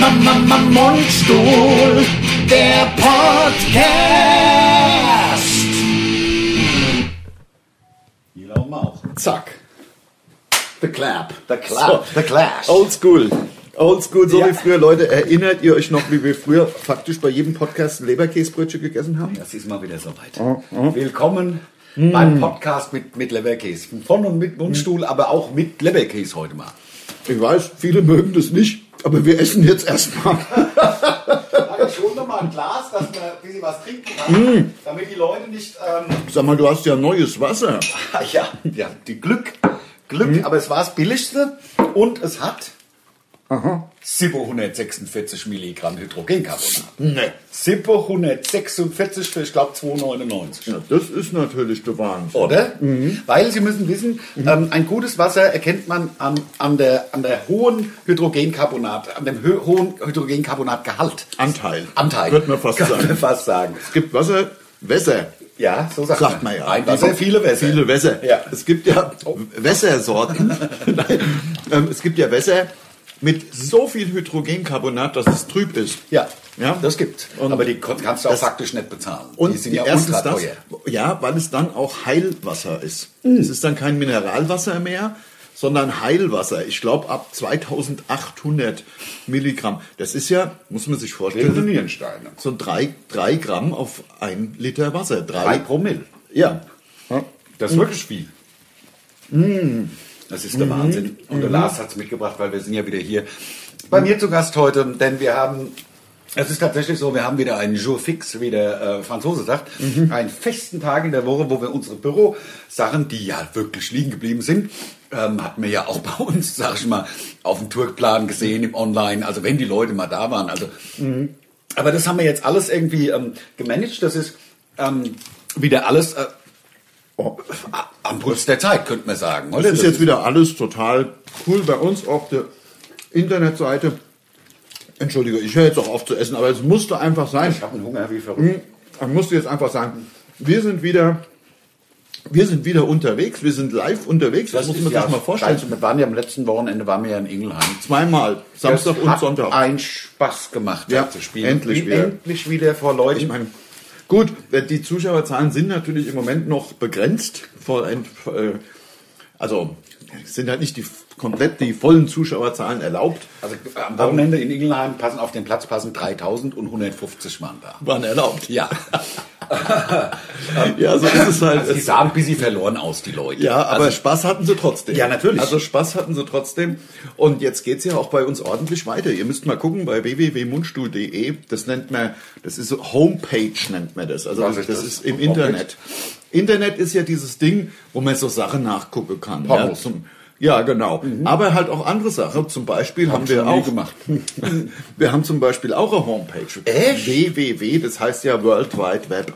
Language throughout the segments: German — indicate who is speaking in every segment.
Speaker 1: am Mundstuhl, der Podcast.
Speaker 2: Die laufen auch.
Speaker 1: Zack. The Clap.
Speaker 2: Der Clash.
Speaker 1: So.
Speaker 2: Der Clash.
Speaker 1: Old School. Old School,
Speaker 2: so
Speaker 1: so
Speaker 2: wie früher, Leute, erinnert ihr euch noch, wie wir früher faktisch bei jedem Podcast Leberkäsebrötchen gegessen haben? Oh,
Speaker 1: Das ist mal wieder soweit. Willkommen beim Podcast mit, mit Leberkäse. Von und mit Mundstuhl,
Speaker 2: Mhm.
Speaker 1: aber auch mit Leberkäse heute mal.
Speaker 2: Ich weiß, viele mögen das nicht, aber wir essen jetzt erstmal.
Speaker 3: Ich hole nochmal ein Glas, dass man ein bisschen was trinken kann, damit die Leute nicht. Ähm,
Speaker 2: Sag mal, du hast ja neues Wasser.
Speaker 3: Ah, ja, ja, die Glück. Glück, aber es war das billigste und es hat 746 Milligramm Hydrogencarbonat.
Speaker 2: Ne.
Speaker 3: 746 Mm. für, ich glaube, 2,99.
Speaker 2: Ja, das ist natürlich der Wahnsinn.
Speaker 3: Oder? Weil Sie müssen wissen, ähm, ein gutes Wasser erkennt man an, an, der, an der hohen Hydrogencarbonat, an dem hö- hohen Hydrogencarbonatgehalt.
Speaker 2: Anteil.
Speaker 3: Anteil.
Speaker 2: Könnte man fast
Speaker 3: Ah. Könnte man
Speaker 2: sagen.
Speaker 3: fast sagen.
Speaker 2: Es gibt Wasser, Wässer.
Speaker 3: Ja, so sagt,
Speaker 2: Sagt man ja.
Speaker 3: Ein Wasser, viele Wässer.
Speaker 2: Viele Wässer.
Speaker 3: Ja.
Speaker 2: Es gibt ja Wässersorten. Nein. ähm, es gibt ja Wässer mit so viel Hydrogencarbonat, dass es trüb ist.
Speaker 3: Ja,
Speaker 2: Ja.
Speaker 3: das gibt.
Speaker 2: Und
Speaker 3: Aber die kon- kannst du auch
Speaker 2: das-
Speaker 3: faktisch nicht bezahlen.
Speaker 2: Und
Speaker 3: die sind ja
Speaker 2: erstens
Speaker 3: ultra
Speaker 2: das,
Speaker 3: teuer.
Speaker 2: ja, weil es dann auch Heilwasser ist.
Speaker 3: Mhm.
Speaker 2: Es ist dann kein Mineralwasser mehr, sondern Heilwasser. Ich glaube ab 2800 Milligramm. Das ist ja, muss man sich vorstellen,
Speaker 3: Nierensteine.
Speaker 2: so drei, drei Gramm auf ein Liter Wasser. Drei,
Speaker 3: Drei Promille.
Speaker 2: Ja.
Speaker 3: Das ist wirklich viel. Das ist der Wahnsinn. Und der Lars hat es mitgebracht, weil wir sind ja wieder hier bei mir zu Gast heute, denn wir haben. Es ist tatsächlich so, wir haben wieder einen Jour fix, wie der äh, Franzose sagt. Einen festen Tag in der Woche, wo wir unsere Bürosachen, die ja wirklich liegen geblieben sind, ähm, hatten wir ja auch bei uns, sag ich mal, auf dem Tourplan gesehen im Online. Also wenn die Leute mal da waren. Also Aber das haben wir jetzt alles irgendwie ähm, gemanagt. Das ist ähm, wieder alles äh, am Puls der Zeit, könnte man sagen. Oder?
Speaker 2: Das ist jetzt wieder alles total cool bei uns auf der Internetseite. Entschuldige, ich höre jetzt auch auf zu essen, aber es musste einfach sein.
Speaker 3: Ich habe einen Hunger wie
Speaker 2: Hm,
Speaker 3: verrückt.
Speaker 2: Ich musste jetzt einfach sagen, wir sind wieder, wir sind wieder unterwegs, wir sind live unterwegs. Das, muss man sich mal vorstellen.
Speaker 3: scheiße. Wir waren ja am letzten Wochenende waren wir ja in Ingelheim.
Speaker 2: Zweimal, Samstag
Speaker 3: Das
Speaker 2: und
Speaker 3: hat
Speaker 2: Sonntag.
Speaker 3: Ein Spaß gemacht,
Speaker 2: Ja,
Speaker 3: da zu spielen.
Speaker 2: endlich
Speaker 3: Wie-
Speaker 2: wieder.
Speaker 3: Endlich wieder vor Leuten.
Speaker 2: Ich meine, gut, die Zuschauerzahlen sind natürlich im Moment noch begrenzt. Vor ein- äh, Also es sind halt nicht die komplett die vollen Zuschauerzahlen erlaubt.
Speaker 3: also am Wochenende in Ingelheim passen auf den Platz passen 3000 und 150 waren da.
Speaker 2: Waren erlaubt.
Speaker 3: Ja.
Speaker 2: Ja, so ist es halt.
Speaker 3: Also die
Speaker 2: Es-
Speaker 3: sahen ein bisschen verloren aus, die Leute.
Speaker 2: Ja, aber Spaß hatten sie trotzdem.
Speaker 3: also Ja, natürlich.
Speaker 2: Also Spaß hatten sie trotzdem. Und jetzt geht's ja auch bei uns ordentlich weiter. Ihr müsst mal gucken bei www.mundstuhl.de. Das nennt man, das ist so Homepage nennt man das. Also
Speaker 3: Was
Speaker 2: das,
Speaker 3: ist das?
Speaker 2: ist im
Speaker 3: Homepage?
Speaker 2: Internet. Internet ist ja dieses Ding, wo man so Sachen nachgucken kann. Ja,
Speaker 3: Pornos. Mhm.
Speaker 2: zum, ja genau. Aber halt auch andere Sachen. Zum Beispiel haben wir
Speaker 3: schon nie
Speaker 2: auch
Speaker 3: gemacht.
Speaker 2: wir haben zum Beispiel auch eine Homepage.
Speaker 3: Echt?
Speaker 2: www. Das heißt ja World Wide Web.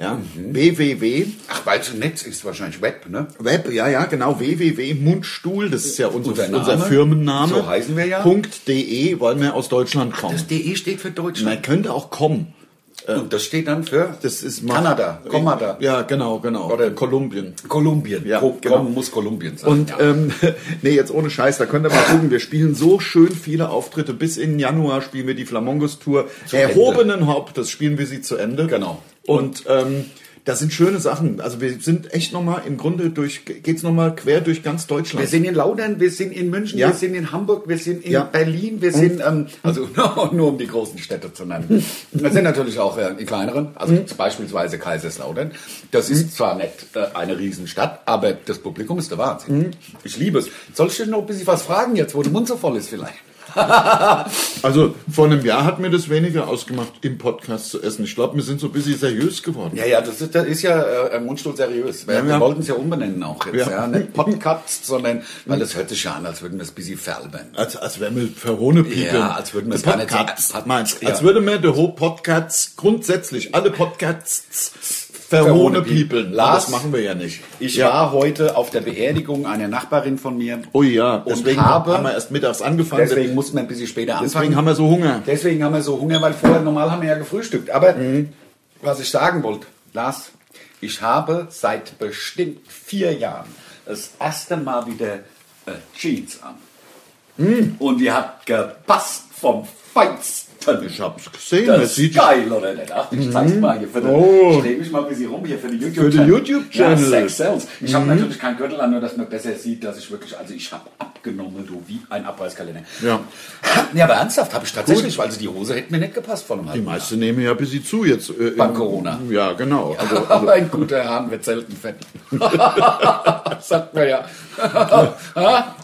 Speaker 2: Ja,
Speaker 3: Mhm.
Speaker 2: www.
Speaker 3: Ach, weil es ein Netz ist, wahrscheinlich Web, ne?
Speaker 2: Web, ja, ja, genau, www.mundstuhl, das ist ja unser,
Speaker 3: Unser
Speaker 2: unser,
Speaker 3: Name.
Speaker 2: Firmenname.
Speaker 3: So heißen wir ja.
Speaker 2: .de, weil wir aus Deutschland kommen.
Speaker 3: Das DE steht für Deutschland.
Speaker 2: Man könnte auch kommen.
Speaker 3: Und das steht dann für
Speaker 2: äh, Das ist mal-
Speaker 3: Kanada, Kommada,
Speaker 2: Ja, genau, genau.
Speaker 3: Oder-
Speaker 2: Kolumbien.
Speaker 3: Kolumbien.
Speaker 2: Ja,
Speaker 3: Ko-
Speaker 2: genau.
Speaker 3: Kom- muss Kolumbien sein.
Speaker 2: Und
Speaker 3: ja.
Speaker 2: ähm, nee, jetzt ohne Scheiß, da könnt ihr mal gucken, wir spielen so schön viele Auftritte. Bis in Januar spielen wir die Flamongos Tour.
Speaker 3: Ende.
Speaker 2: Erhobenen Hauptes spielen wir sie zu Ende.
Speaker 3: Genau.
Speaker 2: Und ähm, das sind schöne Sachen. Also wir sind echt nochmal, im Grunde durch, geht's nochmal quer durch ganz Deutschland.
Speaker 3: Wir sind in Laudern, wir sind in München,
Speaker 2: Ja.
Speaker 3: wir sind in Hamburg, wir sind in
Speaker 2: Ja.
Speaker 3: Berlin, wir sind, ähm, also nur um die großen Städte zu nennen. Das sind natürlich auch äh, die kleineren, also beispielsweise Kaiserslautern. Das ist zwar nicht äh, eine Riesenstadt, aber das Publikum ist der Wahnsinn. Ich liebe es. Soll ich dich noch ein bisschen was fragen jetzt, wo der Mund so voll ist vielleicht?
Speaker 2: Also vor einem Jahr hat mir das weniger ausgemacht, im Podcast zu essen. Ich glaube, wir sind so ein bisschen seriös geworden.
Speaker 3: Ja, ja, das ist, das ist ja äh, Mundstuhl seriös. Wir,
Speaker 2: Ja,
Speaker 3: wir
Speaker 2: ja.
Speaker 3: wollten es ja umbenennen auch jetzt.
Speaker 2: Ja.
Speaker 3: Ja. Nicht Podcast, sondern, weil das hört sich ja an, als würden wir es ein bisschen veralbern.
Speaker 2: Als, als wären wir verhohne
Speaker 3: Ja, als würden wir es gar nicht so-
Speaker 2: Podcasts,
Speaker 3: Pod-
Speaker 2: meinst,
Speaker 3: ja.
Speaker 2: Als würde man der Ho- Podcasts grundsätzlich, alle Podcasts
Speaker 3: Verhohne
Speaker 2: verhohne
Speaker 3: people.
Speaker 2: people.
Speaker 3: Lars,
Speaker 2: das machen wir ja nicht.
Speaker 3: Ich
Speaker 2: ja.
Speaker 3: war heute auf der Beerdigung einer Nachbarin von mir.
Speaker 2: Oh ja,
Speaker 3: und
Speaker 2: deswegen
Speaker 3: habe-
Speaker 2: haben wir erst mittags angefangen.
Speaker 3: Deswegen mussten wir ein bisschen später anfangen.
Speaker 2: Deswegen haben wir so Hunger.
Speaker 3: Deswegen haben wir so Hunger, weil vorher normal haben wir ja gefrühstückt. Aber
Speaker 2: Mhm.
Speaker 3: was ich sagen wollte, Lars, ich habe seit bestimmt vier Jahren das erste Mal
Speaker 2: Mhm.
Speaker 3: wieder äh, Jeans an. Und die hat gepasst vom Feinsten.
Speaker 2: Ich hab's gesehen.
Speaker 3: Das
Speaker 2: man
Speaker 3: ist
Speaker 2: sieht
Speaker 3: geil, oder nicht? Ach, ich zeig's mal hier. Für den,
Speaker 2: Oh.
Speaker 3: Ich drehe mich mal ein bisschen rum hier für den
Speaker 2: Für
Speaker 3: YouTube-Channel.
Speaker 2: den YouTube-Channel. Mhm.
Speaker 3: Ja, Sex Sales. Ich habe natürlich keinen Gürtel an, nur dass man besser sieht, dass ich wirklich, also ich habe abgenommen, du, wie ein Abreißkalender.
Speaker 2: Ja.
Speaker 3: Ja, aber ernsthaft, habe ich tatsächlich, also die Hose hätte mir nicht gepasst vor einem
Speaker 2: Die
Speaker 3: halben Jahr.
Speaker 2: meisten nehmen ja ein bisschen zu jetzt. äh,
Speaker 3: Beim
Speaker 2: im-
Speaker 3: Corona.
Speaker 2: Ja, genau. Also,
Speaker 3: Aber ein guter Hahn wird selten fett. Sagt man ja.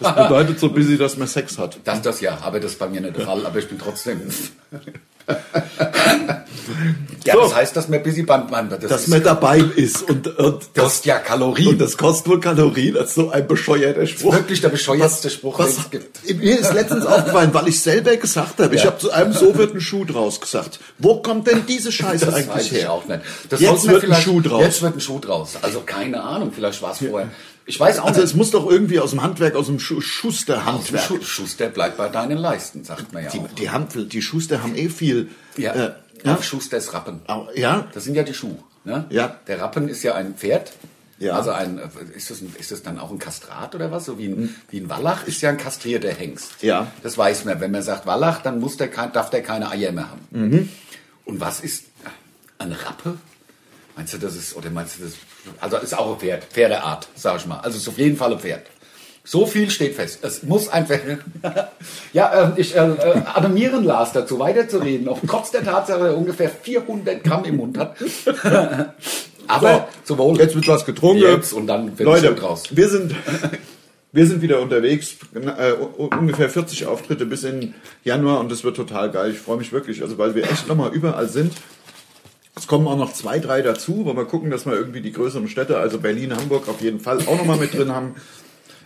Speaker 2: das bedeutet so ein bisschen, dass man Sex hat.
Speaker 3: Das, das ja, aber das ist bei mir nicht der Fall, aber ich bin trotzdem. ja,
Speaker 2: So.
Speaker 3: das heißt, dass man busy beim beim- das,
Speaker 2: Dass
Speaker 3: ist-
Speaker 2: man dabei ist und, und, das,
Speaker 3: kostet ja Kalorien.
Speaker 2: und das kostet nur Kalorien. Das ist so ein bescheuerter Spruch.
Speaker 3: Wirklich der bescheuertste Spruch, den
Speaker 2: Was,
Speaker 3: es gibt.
Speaker 2: mir ist letztens aufgefallen, weil ich selber gesagt habe, ich habe zu einem so wird ein Schuh draus gesagt. Wo kommt denn diese Scheiße
Speaker 3: Das
Speaker 2: eigentlich
Speaker 3: weiß ich
Speaker 2: her?
Speaker 3: auch nicht. Das
Speaker 2: Jetzt
Speaker 3: sollte man
Speaker 2: wird ein
Speaker 3: vielleicht-
Speaker 2: Schuh draus.
Speaker 3: Jetzt wird ein Schuh draus. Also keine Ahnung, vielleicht war es vorher. Ich weiß auch
Speaker 2: Also
Speaker 3: nicht.
Speaker 2: es muss doch irgendwie aus dem Handwerk, aus dem Schu Schusterhandwerk.
Speaker 3: Schu- Schuster bleibt bei deinen Leisten, sagt man ja
Speaker 2: Die,
Speaker 3: auch.
Speaker 2: die, haben, die Schuster haben eh viel.
Speaker 3: Ja,
Speaker 2: Äh,
Speaker 3: ja.
Speaker 2: ja,
Speaker 3: Auf Schusters Rappen.
Speaker 2: Au- ja.
Speaker 3: Das sind ja die Schuhe. Ne?
Speaker 2: Ja.
Speaker 3: Der Rappen ist ja ein Pferd.
Speaker 2: Ja.
Speaker 3: Also ein, äh, ist das, ein, ist das dann auch ein Kastrat oder was? So wie ein, wie ein Wallach ist ja ein kastrierter Hengst.
Speaker 2: Mhm. Ja.
Speaker 3: Das weiß man. Wenn man sagt Wallach, dann muss der kein, darf der keine Eier mehr haben.
Speaker 2: Mhm.
Speaker 3: Und was ist ein Rappe? Meinst du, das ist, oder meinst du, das, also ist auch ein Pferd, Pferdeart, sag ich mal. Also ist auf jeden Fall ein Pferd. So viel steht fest. Es muss ein Pferd. ja, äh, ich äh, äh, animieren Lars dazu, weiterzureden, auch trotz der Tatsache, dass er ungefähr 400 Gramm im Mund hat. Aber
Speaker 2: So,
Speaker 3: zum Wohl.
Speaker 2: Oh, Jetzt wird was getrunken.
Speaker 3: Jetzt und dann wird
Speaker 2: Leute,
Speaker 3: es draus.
Speaker 2: wir sind wir sind wieder unterwegs. Äh, u- ungefähr 40 Auftritte bis in Januar und das wird total geil. Ich freue mich wirklich, also weil wir echt nochmal überall sind. Es kommen auch noch zwei, drei dazu, weil wir gucken, dass wir irgendwie die größeren Städte, also Berlin, Hamburg auf jeden Fall auch nochmal mit drin haben.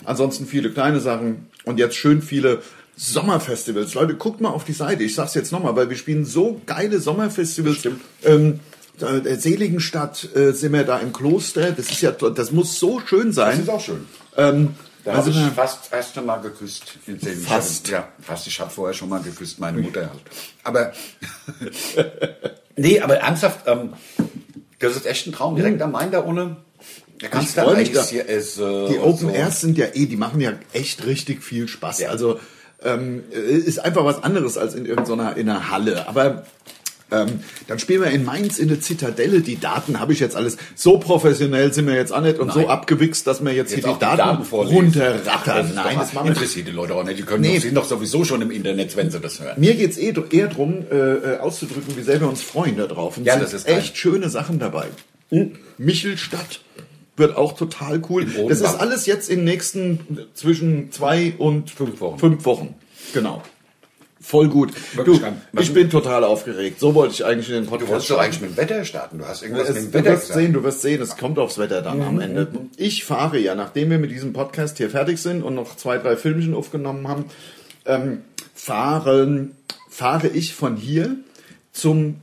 Speaker 2: Ansonsten viele kleine Sachen und jetzt schön viele Sommerfestivals. Leute, guckt mal auf die Seite. Ich sag's jetzt nochmal, weil wir spielen so geile Sommerfestivals. Ähm, da- der Seligenstadt äh, sind wir da im Kloster. Das ist ja, das muss so schön sein.
Speaker 3: auch schön.
Speaker 2: ähm,
Speaker 3: Da
Speaker 2: also,
Speaker 3: habe ich fast erst einmal geküsst. In zehn
Speaker 2: Fast.
Speaker 3: Jahren. Ja, fast. Ich habe vorher schon mal geküsst, meine Mutter halt. Aber, nee, aber ernsthaft, ähm, das ist echt ein Traum. Direkt am Main da ohne. Da kannst du
Speaker 2: freu mich da.
Speaker 3: Eis, hier ist, äh,
Speaker 2: die
Speaker 3: und
Speaker 2: Open
Speaker 3: so.
Speaker 2: Airs sind ja eh, die machen ja echt richtig viel Spaß. Also ähm, ist einfach was anderes als in irgendeiner in einer Halle. Aber ähm, dann spielen wir in Mainz in der Zitadelle. Die Daten habe ich jetzt alles. So professionell sind wir jetzt auch nicht und so abgewichst, dass wir jetzt,
Speaker 3: Jetzt
Speaker 2: hier
Speaker 3: auch
Speaker 2: die Daten,
Speaker 3: vorlesen. Ach,
Speaker 2: runterrattern.
Speaker 3: ist
Speaker 2: Nein,
Speaker 3: doch-
Speaker 2: das machen wir
Speaker 3: interessiert die Leute auch nicht. Die können
Speaker 2: Nee.
Speaker 3: doch, sind doch sowieso schon im Internet, wenn sie das hören.
Speaker 2: Mir geht's eh dr- eher drum, äh, äh, auszudrücken, wie sehr wir uns freuen da drauf. Und es
Speaker 3: Ja,
Speaker 2: sind
Speaker 3: das ist geil. Hm.
Speaker 2: echt schöne Sachen dabei. Michelstadt wird auch total cool.
Speaker 3: Odenwald.
Speaker 2: Das ist alles jetzt in den nächsten äh, zwischen zwei und
Speaker 3: Fünf Wochen.
Speaker 2: Fünf Wochen. Genau. Voll gut.
Speaker 3: Wirklich
Speaker 2: du,
Speaker 3: kann-
Speaker 2: ich bin total aufgeregt. So wollte ich eigentlich in den
Speaker 3: Du
Speaker 2: Podcast
Speaker 3: wolltest doch eigentlich mit dem Wetter starten. Du hast irgendwas mit
Speaker 2: es,
Speaker 3: dem
Speaker 2: du
Speaker 3: Wetter
Speaker 2: wirst
Speaker 3: gesagt.
Speaker 2: sehen, du wirst sehen, es kommt aufs Wetter dann am Ende. Ich fahre ja, nachdem wir mit diesem Podcast hier fertig sind und noch zwei, drei Filmchen aufgenommen haben, ähm, fahren, fahre ich von hier zum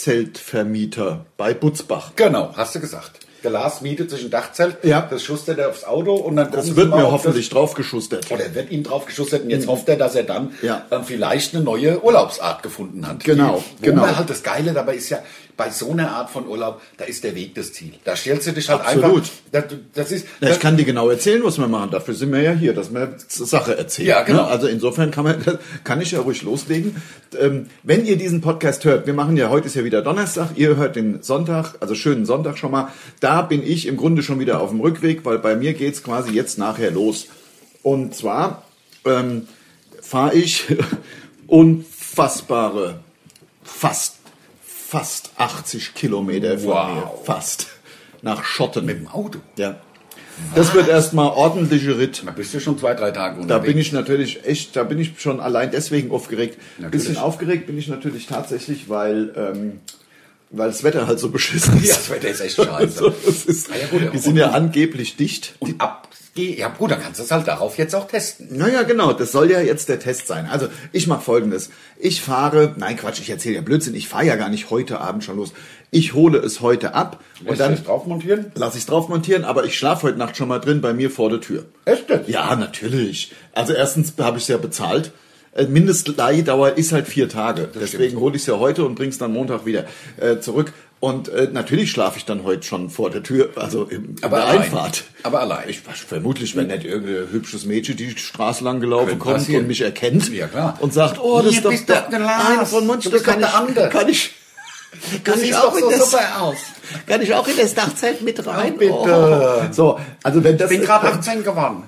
Speaker 2: Dachzeltvermieter bei Butzbach.
Speaker 3: Genau, hast du gesagt. Der Lars mietet sich ein Dachzelt,
Speaker 2: Ja.
Speaker 3: das schustert er aufs Auto und dann gucken
Speaker 2: Das
Speaker 3: sie
Speaker 2: wird
Speaker 3: mal,
Speaker 2: mir
Speaker 3: ob
Speaker 2: hoffentlich draufgeschustert.
Speaker 3: Oder wird ihm drauf geschustert und jetzt hofft er, dass er dann
Speaker 2: Ja.
Speaker 3: ähm, vielleicht eine neue Urlaubsart gefunden hat.
Speaker 2: Genau,
Speaker 3: die,
Speaker 2: genau.
Speaker 3: Wo man halt das Geile dabei ist ja, bei so einer Art von Urlaub, da ist der Weg das Ziel. Da stellst du dich halt
Speaker 2: Absolut.
Speaker 3: einfach. Das, das ist,
Speaker 2: Na,
Speaker 3: das,
Speaker 2: ich kann dir genau erzählen, was wir machen. Dafür sind wir ja hier, dass wir Sache erzählen.
Speaker 3: Ja, genau.
Speaker 2: Ne? Also insofern kann, man, kann ich ja ruhig loslegen. Ähm, wenn ihr diesen Podcast hört, wir machen ja, heute ist ja wieder Donnerstag, ihr hört den Sonntag, also schönen Sonntag schon mal. Da bin ich im Grunde schon wieder auf dem Rückweg, weil bei mir geht's quasi jetzt nachher los. Und zwar ähm, fahre ich unfassbare, fast, fast 80 Kilometer von
Speaker 3: Wow.
Speaker 2: mir, fast, nach Schotten.
Speaker 3: im Auto.
Speaker 2: Ja. Das wird erstmal ordentliche Ritt.
Speaker 3: Da bist du schon zwei, drei Tage
Speaker 2: Da
Speaker 3: unterwegs.
Speaker 2: bin ich natürlich echt, da bin ich schon allein deswegen aufgeregt. Ein bisschen aufgeregt bin ich natürlich tatsächlich, weil, ähm, weil das Wetter halt so beschissen ist.
Speaker 3: Ja, das Wetter ist echt scheiße.
Speaker 2: Also, das ist,
Speaker 3: Ah ja, gut, ja.
Speaker 2: die sind ja angeblich dicht.
Speaker 3: und abgeh. Ja gut, dann kannst du es halt darauf jetzt auch testen.
Speaker 2: Naja, genau, das soll ja jetzt der Test sein. Also, ich mache folgendes. Ich fahre, nein Quatsch, ich erzähle ja Blödsinn, ich fahre ja gar nicht heute Abend schon los. Ich hole es heute ab und
Speaker 3: Lässt du
Speaker 2: dann
Speaker 3: es drauf montieren?
Speaker 2: lasse ich es drauf montieren, aber ich schlafe heute Nacht schon mal drin bei mir vor der Tür.
Speaker 3: Echt jetzt?
Speaker 2: Ja, natürlich. Also erstens habe ich es ja bezahlt. Äh, Mindestleihdauer ist halt vier Tage. Deswegen hole ich es ja heute und bring's dann Montag wieder äh, zurück. Und äh, natürlich schlafe ich dann heute schon vor der Tür, also im, in
Speaker 3: Aber
Speaker 2: der
Speaker 3: allein.
Speaker 2: Einfahrt.
Speaker 3: Aber allein.
Speaker 2: Ich, vermutlich, wenn nicht irgendein hübsches Mädchen die Straße lang gelaufen
Speaker 3: Könnte
Speaker 2: kommt
Speaker 3: passieren.
Speaker 2: und mich erkennt
Speaker 3: Ja, klar.
Speaker 2: und sagt, oh, das
Speaker 3: Hier
Speaker 2: ist doch
Speaker 3: bist
Speaker 2: der,
Speaker 3: doch der Lars.
Speaker 2: eine von Münster,
Speaker 3: Du bist
Speaker 2: kann,
Speaker 3: doch der
Speaker 2: ich,
Speaker 3: andere.
Speaker 2: kann ich, kann ich
Speaker 3: Siehst
Speaker 2: auch
Speaker 3: doch
Speaker 2: in
Speaker 3: so
Speaker 2: das,
Speaker 3: super aus.
Speaker 2: kann ich auch in das Dachzelt mit rein?
Speaker 3: bitte.
Speaker 2: Oh. So, also wenn das
Speaker 3: Bin gerade 18 geworden.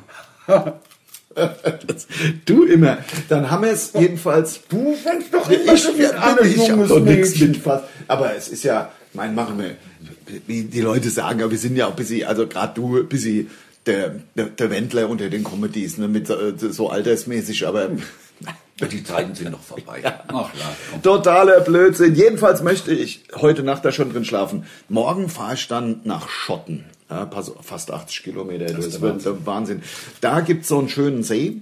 Speaker 2: du immer, dann haben wir es jedenfalls.
Speaker 3: Du fängst doch
Speaker 2: Ich,
Speaker 3: immer so
Speaker 2: ich,
Speaker 3: viel an,
Speaker 2: ich, ich hab
Speaker 3: junges
Speaker 2: doch nichts
Speaker 3: Mädchen.
Speaker 2: mit fast. Aber es ist ja, mein, machen wir, wie die Leute sagen, aber wir sind ja auch ein bisschen, also gerade du, ein bisschen der, der, der Wendler unter den Comedies, ne, mit so, so altersmäßig, aber
Speaker 3: Hm. Die Zeiten sind noch vorbei. Ach, ja, komm.
Speaker 2: totaler Blödsinn. Jedenfalls möchte ich heute Nacht da schon drin schlafen. Morgen fahre ich dann nach Schotten. Ja, pass- fast 80 Kilometer. Das,
Speaker 3: ist der
Speaker 2: wird der Wahnsinn. Da gibt's so einen schönen See.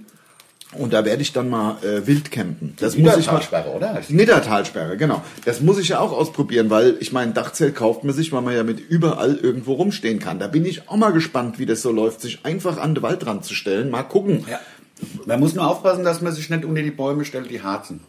Speaker 2: Und da werde ich dann mal äh, wild campen. Das muss ich mal.
Speaker 3: Niedertalsperre, oder?
Speaker 2: Die Niddertalsperre, genau. Das muss ich ja auch ausprobieren, weil ich mein Dachzelt kauft man sich, weil man ja mit überall irgendwo rumstehen kann. Da bin ich auch mal gespannt, wie das so läuft, sich einfach an den Waldrand zu stellen. Mal gucken.
Speaker 3: Ja. Man muss nur aufpassen, dass man sich nicht unter die Bäume stellt, die harzen.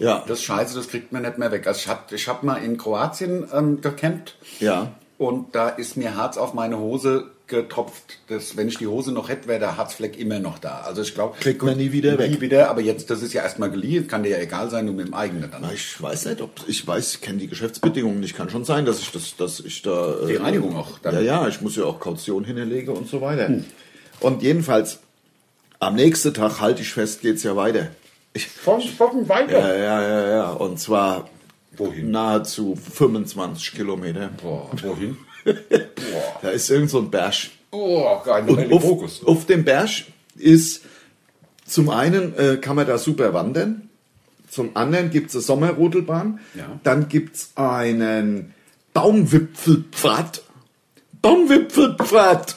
Speaker 2: Ja.
Speaker 3: Das ist scheiße, das kriegt man nicht mehr weg. Also ich habe ich hab mal in Kroatien ähm, gecampt
Speaker 2: ja.
Speaker 3: und da ist mir Harz auf meine Hose getropft. Das, wenn ich die Hose noch hätte, wäre der Harzfleck immer noch da. Also ich glaube,
Speaker 2: Kriegt man nie wieder weg.
Speaker 3: nie wieder, aber jetzt, das ist ja erstmal geliehen, kann dir ja egal sein, nur mit dem eigenen dann.
Speaker 2: Ich weiß nicht, ob ich weiß, ich kenne die Geschäftsbedingungen nicht. Kann schon sein, dass ich das, dass ich da äh,
Speaker 3: Die Reinigung auch dann. Hm.
Speaker 2: Ja, ja, ich muss ja auch Kaution hinterlege und so weiter. Und jedenfalls am nächsten Tag halte ich fest, geht's ja weiter. Ich,
Speaker 3: Von Schocken weiter.
Speaker 2: Ja, ja, ja, ja. Und zwar
Speaker 3: Wohin?
Speaker 2: nahezu 25 Kilometer.
Speaker 3: Boah, wohin?
Speaker 2: Da ist irgend so ein Berg.
Speaker 3: Oh, geil,
Speaker 2: Und auf, auf dem Berg ist zum einen äh, kann man da super wandern, zum anderen gibt es eine Sommerrodelbahn,
Speaker 3: Ja.
Speaker 2: dann gibt es einen Baumwipfelpfad. Baumwipfelpfad!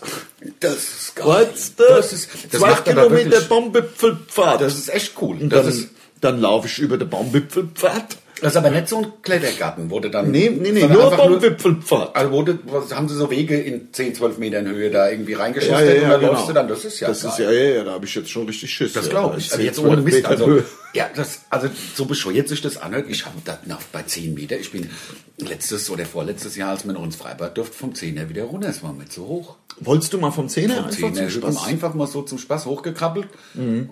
Speaker 3: Das ist geil.
Speaker 2: Weißt du?
Speaker 3: Das ist, das
Speaker 2: Zwei
Speaker 3: macht aber
Speaker 2: Kilometer
Speaker 3: wirklich,
Speaker 2: Baumwipfelpfad.
Speaker 3: das ist echt cool.
Speaker 2: Und
Speaker 3: Das
Speaker 2: dann,
Speaker 3: ist,
Speaker 2: dann laufe ich über den Baumwipfelpfad.
Speaker 3: das ist aber nicht so ein Klettergarten, wurde dann.
Speaker 2: Nee, nee, nee,
Speaker 3: sondern
Speaker 2: nur
Speaker 3: einfach
Speaker 2: Baumwipfelpfad.
Speaker 3: Also wurde, was, haben sie so Wege in 10, 12 Metern Höhe da irgendwie
Speaker 2: Ah,
Speaker 3: reingeschossen und dann läufst du dann, das ist ja
Speaker 2: genau. Das
Speaker 3: geil.
Speaker 2: ist ja, ja, ja, da habe ich jetzt schon richtig Schiss.
Speaker 3: das
Speaker 2: ja,
Speaker 3: glaube
Speaker 2: da
Speaker 3: ich.
Speaker 2: ist
Speaker 3: Also
Speaker 2: zehn,
Speaker 3: jetzt ohne
Speaker 2: zwölf
Speaker 3: Mist.
Speaker 2: Meter
Speaker 3: Also,
Speaker 2: Höhe.
Speaker 3: ja, das, also so bescheuert sich das anhört. Ich habe da na, bei 10 Meter, ich bin letztes oder vorletztes Jahr, als wir noch ins Freibad durften, vom 10er wieder runter. Es war mir zu hoch.
Speaker 2: Wolltest du mal vom Zehner
Speaker 3: Vom also
Speaker 2: einfach
Speaker 3: 10er
Speaker 2: zum
Speaker 3: Spaß.
Speaker 2: Spaß?
Speaker 3: einfach mal so zum Spaß hochgekrabbelt.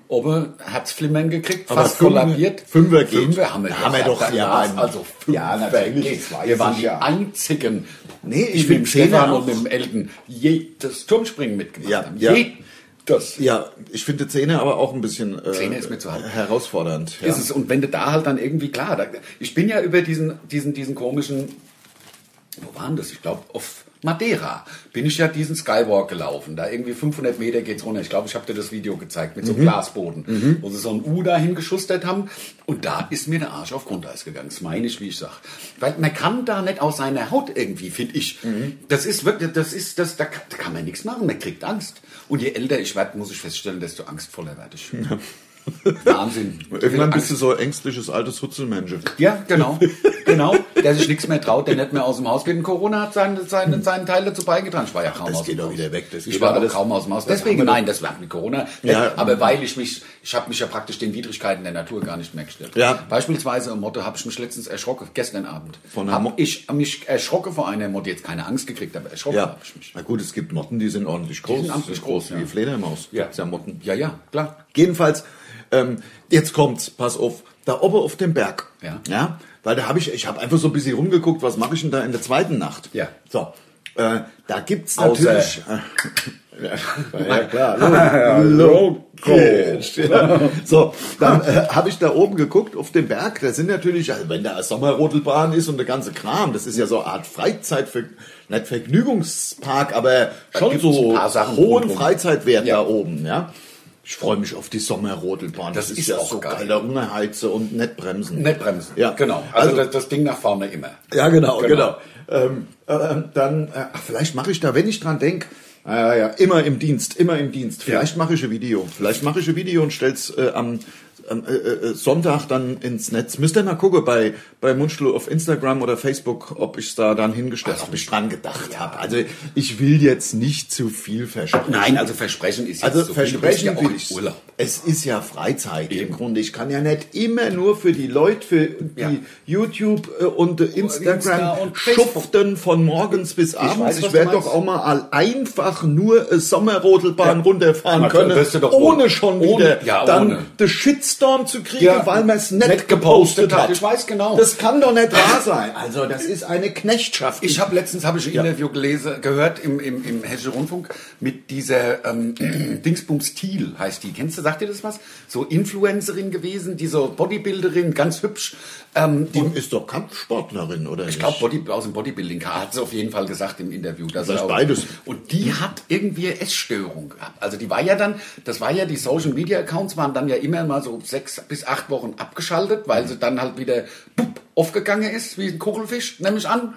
Speaker 3: Oben hat's Flimmern gekriegt,
Speaker 2: Aber
Speaker 3: fast
Speaker 2: Fünfer-
Speaker 3: kollabiert.
Speaker 2: Fünfer geht.
Speaker 3: Fünfer haben wir
Speaker 2: Haben wir doch, ja,
Speaker 3: ja.
Speaker 2: einmal.
Speaker 3: Also Fünfer
Speaker 2: Ja, natürlich,
Speaker 3: geht.
Speaker 2: das weiß
Speaker 3: Wir waren
Speaker 2: ich
Speaker 3: die
Speaker 2: ja.
Speaker 3: einzigen,
Speaker 2: Nee, ich
Speaker 3: die
Speaker 2: bin
Speaker 3: mit dem
Speaker 2: Zehner
Speaker 3: Stefan
Speaker 2: auch.
Speaker 3: und mit dem Elton jedes Turmspringen mitgemacht
Speaker 2: Ja,
Speaker 3: haben.
Speaker 2: ja.
Speaker 3: Jedes.
Speaker 2: Ja, ich finde Zehner aber auch ein bisschen äh,
Speaker 3: Zehner ist mir zu hart.
Speaker 2: herausfordernd. Ja.
Speaker 3: Ist es. Und wenn du da halt dann irgendwie klar, da, ich bin ja über diesen, diesen, diesen komischen, wo waren das? Ich glaube, auf Madeira bin ich ja diesen Skywalk gelaufen. Da irgendwie 500 Meter geht's runter. Ich glaube, ich habe dir das Video gezeigt mit so
Speaker 2: Mhm.
Speaker 3: einem Glasboden, wo sie so ein U dahin geschustert haben. Und da ist mir der Arsch auf Grundeis gegangen. Das meine ich, wie ich sag. Weil man kann da nicht aus seiner Haut irgendwie, finde ich.
Speaker 2: Mhm.
Speaker 3: Das ist wirklich, das ist, das, da, kann- da kann man nichts machen. Man kriegt Angst. Und je älter ich werde, muss ich feststellen, desto angstvoller werde ich. Wahnsinn.
Speaker 2: Irgendwann bist du so ein ängstliches altes Hutzelmensch.
Speaker 3: Ja, genau. genau. Der sich nichts mehr traut, der nicht mehr aus dem Haus geht. Und Corona hat seinen, seinen, seinen Teil dazu beigetragen. Ich war ja kaum
Speaker 2: das
Speaker 3: aus dem
Speaker 2: geht doch
Speaker 3: Haus.
Speaker 2: wieder weg, das
Speaker 3: ich
Speaker 2: geht
Speaker 3: war
Speaker 2: aber
Speaker 3: doch
Speaker 2: das-
Speaker 3: kaum aus dem Haus.
Speaker 2: das
Speaker 3: Deswegen,
Speaker 2: haben wir
Speaker 3: nein, das war mit Corona. Äh,
Speaker 2: Ja.
Speaker 3: aber weil ich mich, ich habe mich ja praktisch den Widrigkeiten der Natur gar nicht mehr gestellt.
Speaker 2: Ja.
Speaker 3: Beispielsweise im Motto habe ich mich letztens erschrocken, gestern Abend.
Speaker 2: Von
Speaker 3: Von
Speaker 2: einer Mo-
Speaker 3: hab ich mich erschrocken vor einer Motte. Jetzt keine Angst gekriegt, aber erschrocken
Speaker 2: Ja,
Speaker 3: habe ich mich.
Speaker 2: na gut, es gibt Motten, die sind ordentlich groß.
Speaker 3: sind amtlich groß,
Speaker 2: wie
Speaker 3: ja.
Speaker 2: Fledermaus.
Speaker 3: Ja.
Speaker 2: Gibt's ja Motten.
Speaker 3: Ja, ja, klar.
Speaker 2: Jedenfalls, ähm, jetzt kommt's, pass auf, da oben auf dem Berg.
Speaker 3: Ja.
Speaker 2: ja weil da habe ich, ich habe einfach so ein bisschen rumgeguckt, was mache ich denn da in der zweiten Nacht?
Speaker 3: Ja.
Speaker 2: So, äh, da gibt's
Speaker 3: Außer-
Speaker 2: natürlich. äh, ja, klar. Logisch. Ja. So, dann äh, habe ich da oben geguckt auf dem Berg. Da sind natürlich, also wenn da eine Sommerrodelbahn ist und der ganze Kram, das ist ja so eine Art Freizeit, nicht Vergnügungspark, aber schon
Speaker 3: gibt's
Speaker 2: so
Speaker 3: ein paar Sachen
Speaker 2: hohen
Speaker 3: rundum.
Speaker 2: Freizeitwert
Speaker 3: Ja.
Speaker 2: da oben, ja. Ich freue mich auf die Sommerrodelbahn. Das,
Speaker 3: Das
Speaker 2: ist,
Speaker 3: ist
Speaker 2: ja
Speaker 3: auch
Speaker 2: so geil.
Speaker 3: geil.
Speaker 2: Da unheize und nicht bremsen.
Speaker 3: Nicht bremsen.
Speaker 2: Ja,
Speaker 3: Genau. Also,
Speaker 2: Also,
Speaker 3: das, das Ding nach vorne immer.
Speaker 2: ja, genau, genau.
Speaker 3: Genau.
Speaker 2: Ähm, ähm, dann, äh, ach, vielleicht mache ich da, wenn ich dran denke, ja, ja, immer im Dienst, immer im Dienst. Vielleicht mache ich ein Video. Vielleicht mache ich ein Video und stell's äh, am, am, äh, äh, Sonntag dann ins Netz. Müsst ihr mal gucken bei, bei Mundstuhl auf Instagram oder Facebook, ob ich da dann hingestellt habe, ob ich dran gedacht habe. Also ich will jetzt nicht zu viel versprechen.
Speaker 3: Nein, also Versprechen ist jetzt
Speaker 2: Also
Speaker 3: so viel. Du bist
Speaker 2: versprechen
Speaker 3: ja
Speaker 2: will
Speaker 3: auch
Speaker 2: ich.
Speaker 3: im Urlaub.
Speaker 2: Es ist ja Freizeit im Grunde. Ich kann ja nicht immer nur für die Leute, für die
Speaker 3: Ja.
Speaker 2: YouTube äh, und äh,
Speaker 3: Insta
Speaker 2: Instagram
Speaker 3: und Facebook.
Speaker 2: schuften von morgens bis abends.
Speaker 3: weiß,
Speaker 2: Ich,
Speaker 3: was du
Speaker 2: werde doch
Speaker 3: meinst.
Speaker 2: auch mal all- einfach nur äh, Sommerrodelbahn
Speaker 3: Ja.
Speaker 2: runterfahren
Speaker 3: Na,
Speaker 2: können,
Speaker 3: wirst du doch wohl.
Speaker 2: ohne schon
Speaker 3: Ohne-
Speaker 2: wieder
Speaker 3: ja,
Speaker 2: dann
Speaker 3: ohne.
Speaker 2: den Shitstorm zu kriegen,
Speaker 3: Ja.
Speaker 2: weil man es nicht,
Speaker 3: Nicht
Speaker 2: gepostet
Speaker 3: gepostet
Speaker 2: hat.
Speaker 3: hat. Ich weiß genau.
Speaker 2: Das kann doch nicht wahr sein. Also das ist eine Knechtschaft.
Speaker 3: Ich habe letztens habe ich ein Interview gelesen, gehört im, im, im Hessischen Rundfunk mit dieser ähm, Dingsbums Thiel heißt die. Kennst du, sagt dir das was? So Influencerin gewesen, die so Bodybuilderin, ganz hübsch. Ähm, die,
Speaker 2: die ist doch Kampfsportlerin, oder?
Speaker 3: ich glaube, Body, aus dem Bodybuilding hat sie auf jeden Fall gesagt im Interview. Dass
Speaker 2: Vielleicht
Speaker 3: sie auch-
Speaker 2: beides.
Speaker 3: Und die hat irgendwie Essstörung gehabt. Also die war ja dann, das war ja, die Social Media Accounts waren dann ja immer mal so sechs bis acht Wochen abgeschaltet, weil sie dann halt wieder pup, aufgegangen ist, wie ein Kugelfisch, nehme ich an.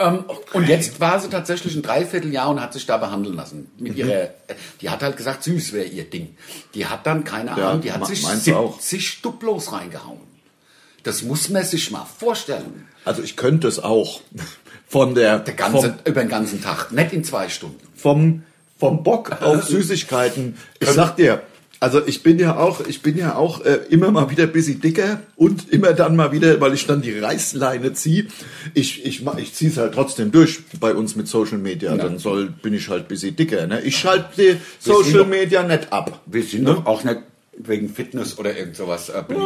Speaker 3: Ähm, Und jetzt war sie tatsächlich ein Dreivierteljahr und hat sich da behandeln lassen. Mit
Speaker 2: Mhm.
Speaker 3: ihrer, die hat halt gesagt, süß wäre ihr Ding. Die hat dann, keine
Speaker 2: Ja,
Speaker 3: Ahnung, die hat
Speaker 2: me-
Speaker 3: sich
Speaker 2: meint sie auch.
Speaker 3: 70 Stück bloß reingehauen. Das muss man sich mal vorstellen.
Speaker 2: Also ich könnte es auch. Von der,
Speaker 3: Der ganze,
Speaker 2: vom,
Speaker 3: über den ganzen Tag, nicht in zwei Stunden.
Speaker 2: vom, vom Bock auf Süßigkeiten. Ich sag dir, also ich bin ja auch, ich bin ja auch äh, immer mal wieder ein bisschen dicker und immer dann mal wieder, weil ich dann die Reißleine ziehe. Ich, ich, ma- ich ziehe es halt trotzdem durch bei uns mit Social Media. Dann soll, bin ich halt ein bisschen dicker. Ne? Ich schalte die Social
Speaker 3: doch-
Speaker 2: Media nicht ab.
Speaker 3: Wir sind doch auch nicht wegen Fitness oder irgend sowas äh, beliebt.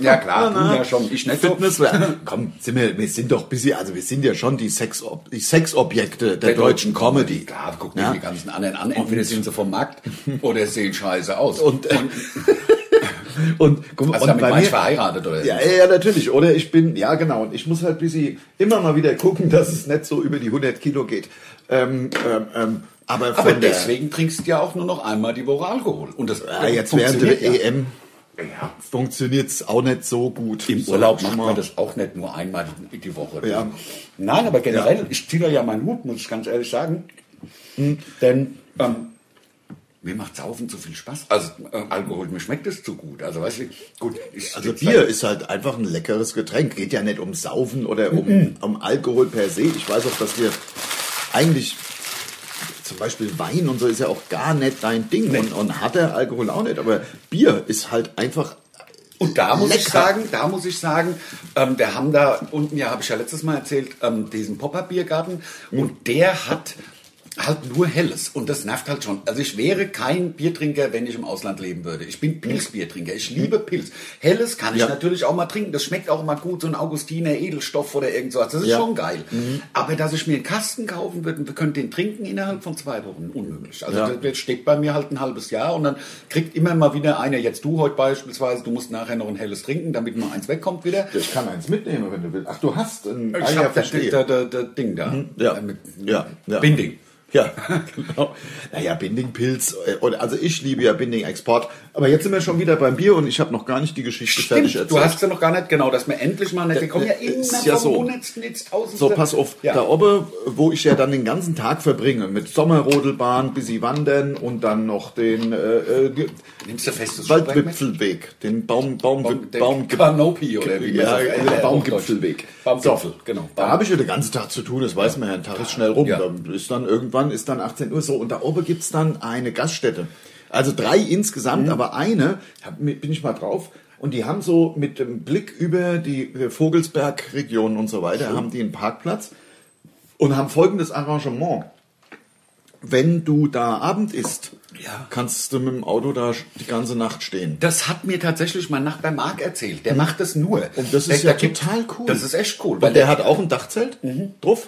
Speaker 3: ja klar, du
Speaker 2: Ah.
Speaker 3: ja schon, ich nicht so.
Speaker 2: Fitness, wär- komm, sind wir, wir sind doch ein bisschen, also wir sind ja schon die, Sexob die Sexobjekte der, deutschen Comedy.
Speaker 3: Klar, guck
Speaker 2: Ja.
Speaker 3: dir die ganzen anderen an. Entweder sind sie vom Markt oder sehen scheiße aus.
Speaker 2: Und, äh, und, guck,
Speaker 3: also
Speaker 2: und
Speaker 3: damit
Speaker 2: bei
Speaker 3: meine ich
Speaker 2: mir,
Speaker 3: verheiratet oder
Speaker 2: ja, ja, ja, natürlich. Oder ich bin, ja genau, und ich muss halt bisschen immer mal wieder gucken, dass es nicht so über die 100 Kilo geht. Ähm, ähm, ähm, aber von
Speaker 3: Aber
Speaker 2: der,
Speaker 3: deswegen trinkst du ja auch nur noch einmal die Woche Alkohol. Und das
Speaker 2: ja, jetzt während
Speaker 3: funktioniert
Speaker 2: der
Speaker 3: ja.
Speaker 2: EM funktioniert's auch nicht so gut.
Speaker 3: Im
Speaker 2: So, Also
Speaker 3: Urlaub
Speaker 2: schon
Speaker 3: macht
Speaker 2: mal.
Speaker 3: man das auch nicht nur einmal die- die Woche.
Speaker 2: Ja.
Speaker 3: Nein, aber generell, ich ziehe da ja meinen Hut, muss ich ganz ehrlich sagen. Hm, Denn ähm, mir macht Saufen zu viel Spaß. Also äh, Alkohol, mir schmeckt es zu gut. Also weißt du, gut. Ich
Speaker 2: Also Bier ist halt einfach ein leckeres Getränk. Geht ja nicht um Saufen oder um, um Alkohol per se. Ich weiß auch, dass dir eigentlich zum Beispiel Wein und so ist ja auch gar nicht dein Ding und, und harter Alkohol auch nicht. Aber Bier ist halt einfach.
Speaker 3: Und da muss ich
Speaker 2: lecker.
Speaker 3: sagen, da muss ich sagen, ähm, wir haben da unten, ja, habe ich ja letztes Mal erzählt, ähm, diesen Popper-Biergarten
Speaker 2: Mhm.
Speaker 3: und der hat halt nur Helles und das nervt halt schon. Also ich wäre kein Biertrinker, wenn ich im Ausland leben würde. Ich bin Pilzbiertrinker, ich liebe Pilz. Helles kann ich
Speaker 2: Ja.
Speaker 3: natürlich auch mal trinken, das schmeckt auch immer gut, so ein Augustiner Edelstoff oder irgend sowas, das ist
Speaker 2: Ja. Mhm.
Speaker 3: schon geil. Aber dass ich mir einen Kasten kaufen würde und wir könnten den trinken innerhalb von zwei Wochen, unmöglich. Also
Speaker 2: Ja.
Speaker 3: das- jetzt steht bei mir halt ein halbes Jahr und dann kriegt immer mal wieder einer, jetzt du heute beispielsweise, du musst nachher noch ein helles trinken, damit mal eins wegkommt wieder.
Speaker 2: Ich kann eins mitnehmen, wenn du willst. Ach, du hast ein
Speaker 3: Ich hab das da, da, da Ding da.
Speaker 2: Mhm. Ja.
Speaker 3: Äh, mit-
Speaker 2: ja, ja.
Speaker 3: Binding.
Speaker 2: Ja, genau. Naja, Bindingpilz. äh, oder- Also ich liebe ja Binding-Export. Aber jetzt sind wir schon wieder beim Bier und ich habe noch gar nicht die Geschichte fertig
Speaker 3: Stimmt,
Speaker 2: erzählt.
Speaker 3: du hast ja noch gar nicht, genau, dass wir endlich mal nicht, wir kommen ja
Speaker 2: äh,
Speaker 3: immer
Speaker 2: ist
Speaker 3: vom
Speaker 2: ja so.
Speaker 3: Hundertsten ins Tausendste.
Speaker 2: So, pass auf,
Speaker 3: Ja.
Speaker 2: da oben, wo ich ja dann den ganzen Tag verbringe, mit Sommerrodelbahn, bis sie wandern und dann noch den äh, äh,
Speaker 3: Nimmst du festes Schuhwerk mit?
Speaker 2: Waldwipfelweg, den Baum, Baum,
Speaker 3: Baum- der
Speaker 2: Baum,
Speaker 3: Canopy oder wie man
Speaker 2: ja,
Speaker 3: sagt.
Speaker 2: äh,
Speaker 3: Ja,
Speaker 2: Baumgipfelweg.
Speaker 3: Baumgipfel, genau.
Speaker 2: Da habe ich ja den ganzen Tag zu tun, das weiß man ja, ein Tag ist schnell rum.
Speaker 3: Ja.
Speaker 2: Da ist dann irgendwann ist dann 18 Uhr so und da oben gibt's dann eine Gaststätte. Also drei insgesamt,
Speaker 3: Mhm.
Speaker 2: aber eine hab, mi- bin ich mal drauf. Und die haben so mit dem Blick über die äh, Vogelsberg-Region und so weiter, haben die einen Parkplatz und haben folgendes Arrangement. Wenn du da Abend isst,
Speaker 3: Ja.
Speaker 2: kannst du mit dem Auto da die ganze Nacht stehen.
Speaker 3: Das hat mir tatsächlich mein Nachbar Marc erzählt. Der macht das nur.
Speaker 2: Mhm. Und das ist
Speaker 3: der,
Speaker 2: ja
Speaker 3: der gibt-
Speaker 2: total cool.
Speaker 3: Das ist echt cool. Mhm.
Speaker 2: Und der hat auch ein Dachzelt drauf.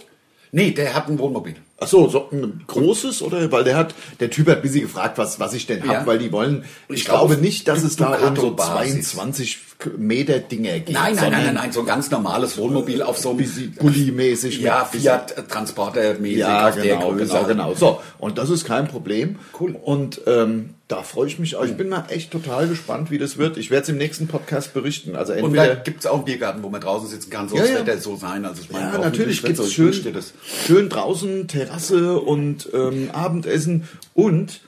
Speaker 3: Nee, der hat ein Wohnmobil.
Speaker 2: Ach so, so ein großes oder weil der hat der Typ hat busy gefragt, was was ich denn hab,
Speaker 3: Ja.
Speaker 2: weil die wollen. Ich,
Speaker 3: Ich
Speaker 2: glaube
Speaker 3: glaube,
Speaker 2: nicht, dass es da um so
Speaker 3: Ducato-Basis.
Speaker 2: 22 Meter Dinger geht.
Speaker 3: Nein, nein,
Speaker 2: sondern
Speaker 3: nein, nein, nein, so ein ganz normales Wohnmobil auf so einem
Speaker 2: busy Bulli-mäßig. mit
Speaker 3: ja,
Speaker 2: busy-
Speaker 3: Fiat Transporter mäßig
Speaker 2: Ja,
Speaker 3: auf der
Speaker 2: genau,
Speaker 3: Größe.
Speaker 2: genau, genau. So und das ist kein Problem.
Speaker 3: Cool.
Speaker 2: Und ähm, da freue ich mich. auch. Ich bin mal echt total gespannt, wie das wird. Ich werde es im nächsten Podcast berichten. Also
Speaker 3: Und da
Speaker 2: entweder
Speaker 3: gibt es auch einen Biergarten, wo man draußen sitzen kann, so
Speaker 2: Ja,
Speaker 3: das
Speaker 2: ja.
Speaker 3: Wetter so sein. Also ich meine,
Speaker 2: Ja,
Speaker 3: hoffentlich
Speaker 2: natürlich
Speaker 3: wird's
Speaker 2: gibt's
Speaker 3: so. Ich
Speaker 2: schön,
Speaker 3: wünschte das.
Speaker 2: schön draußen Terrasse und ähm, Abendessen und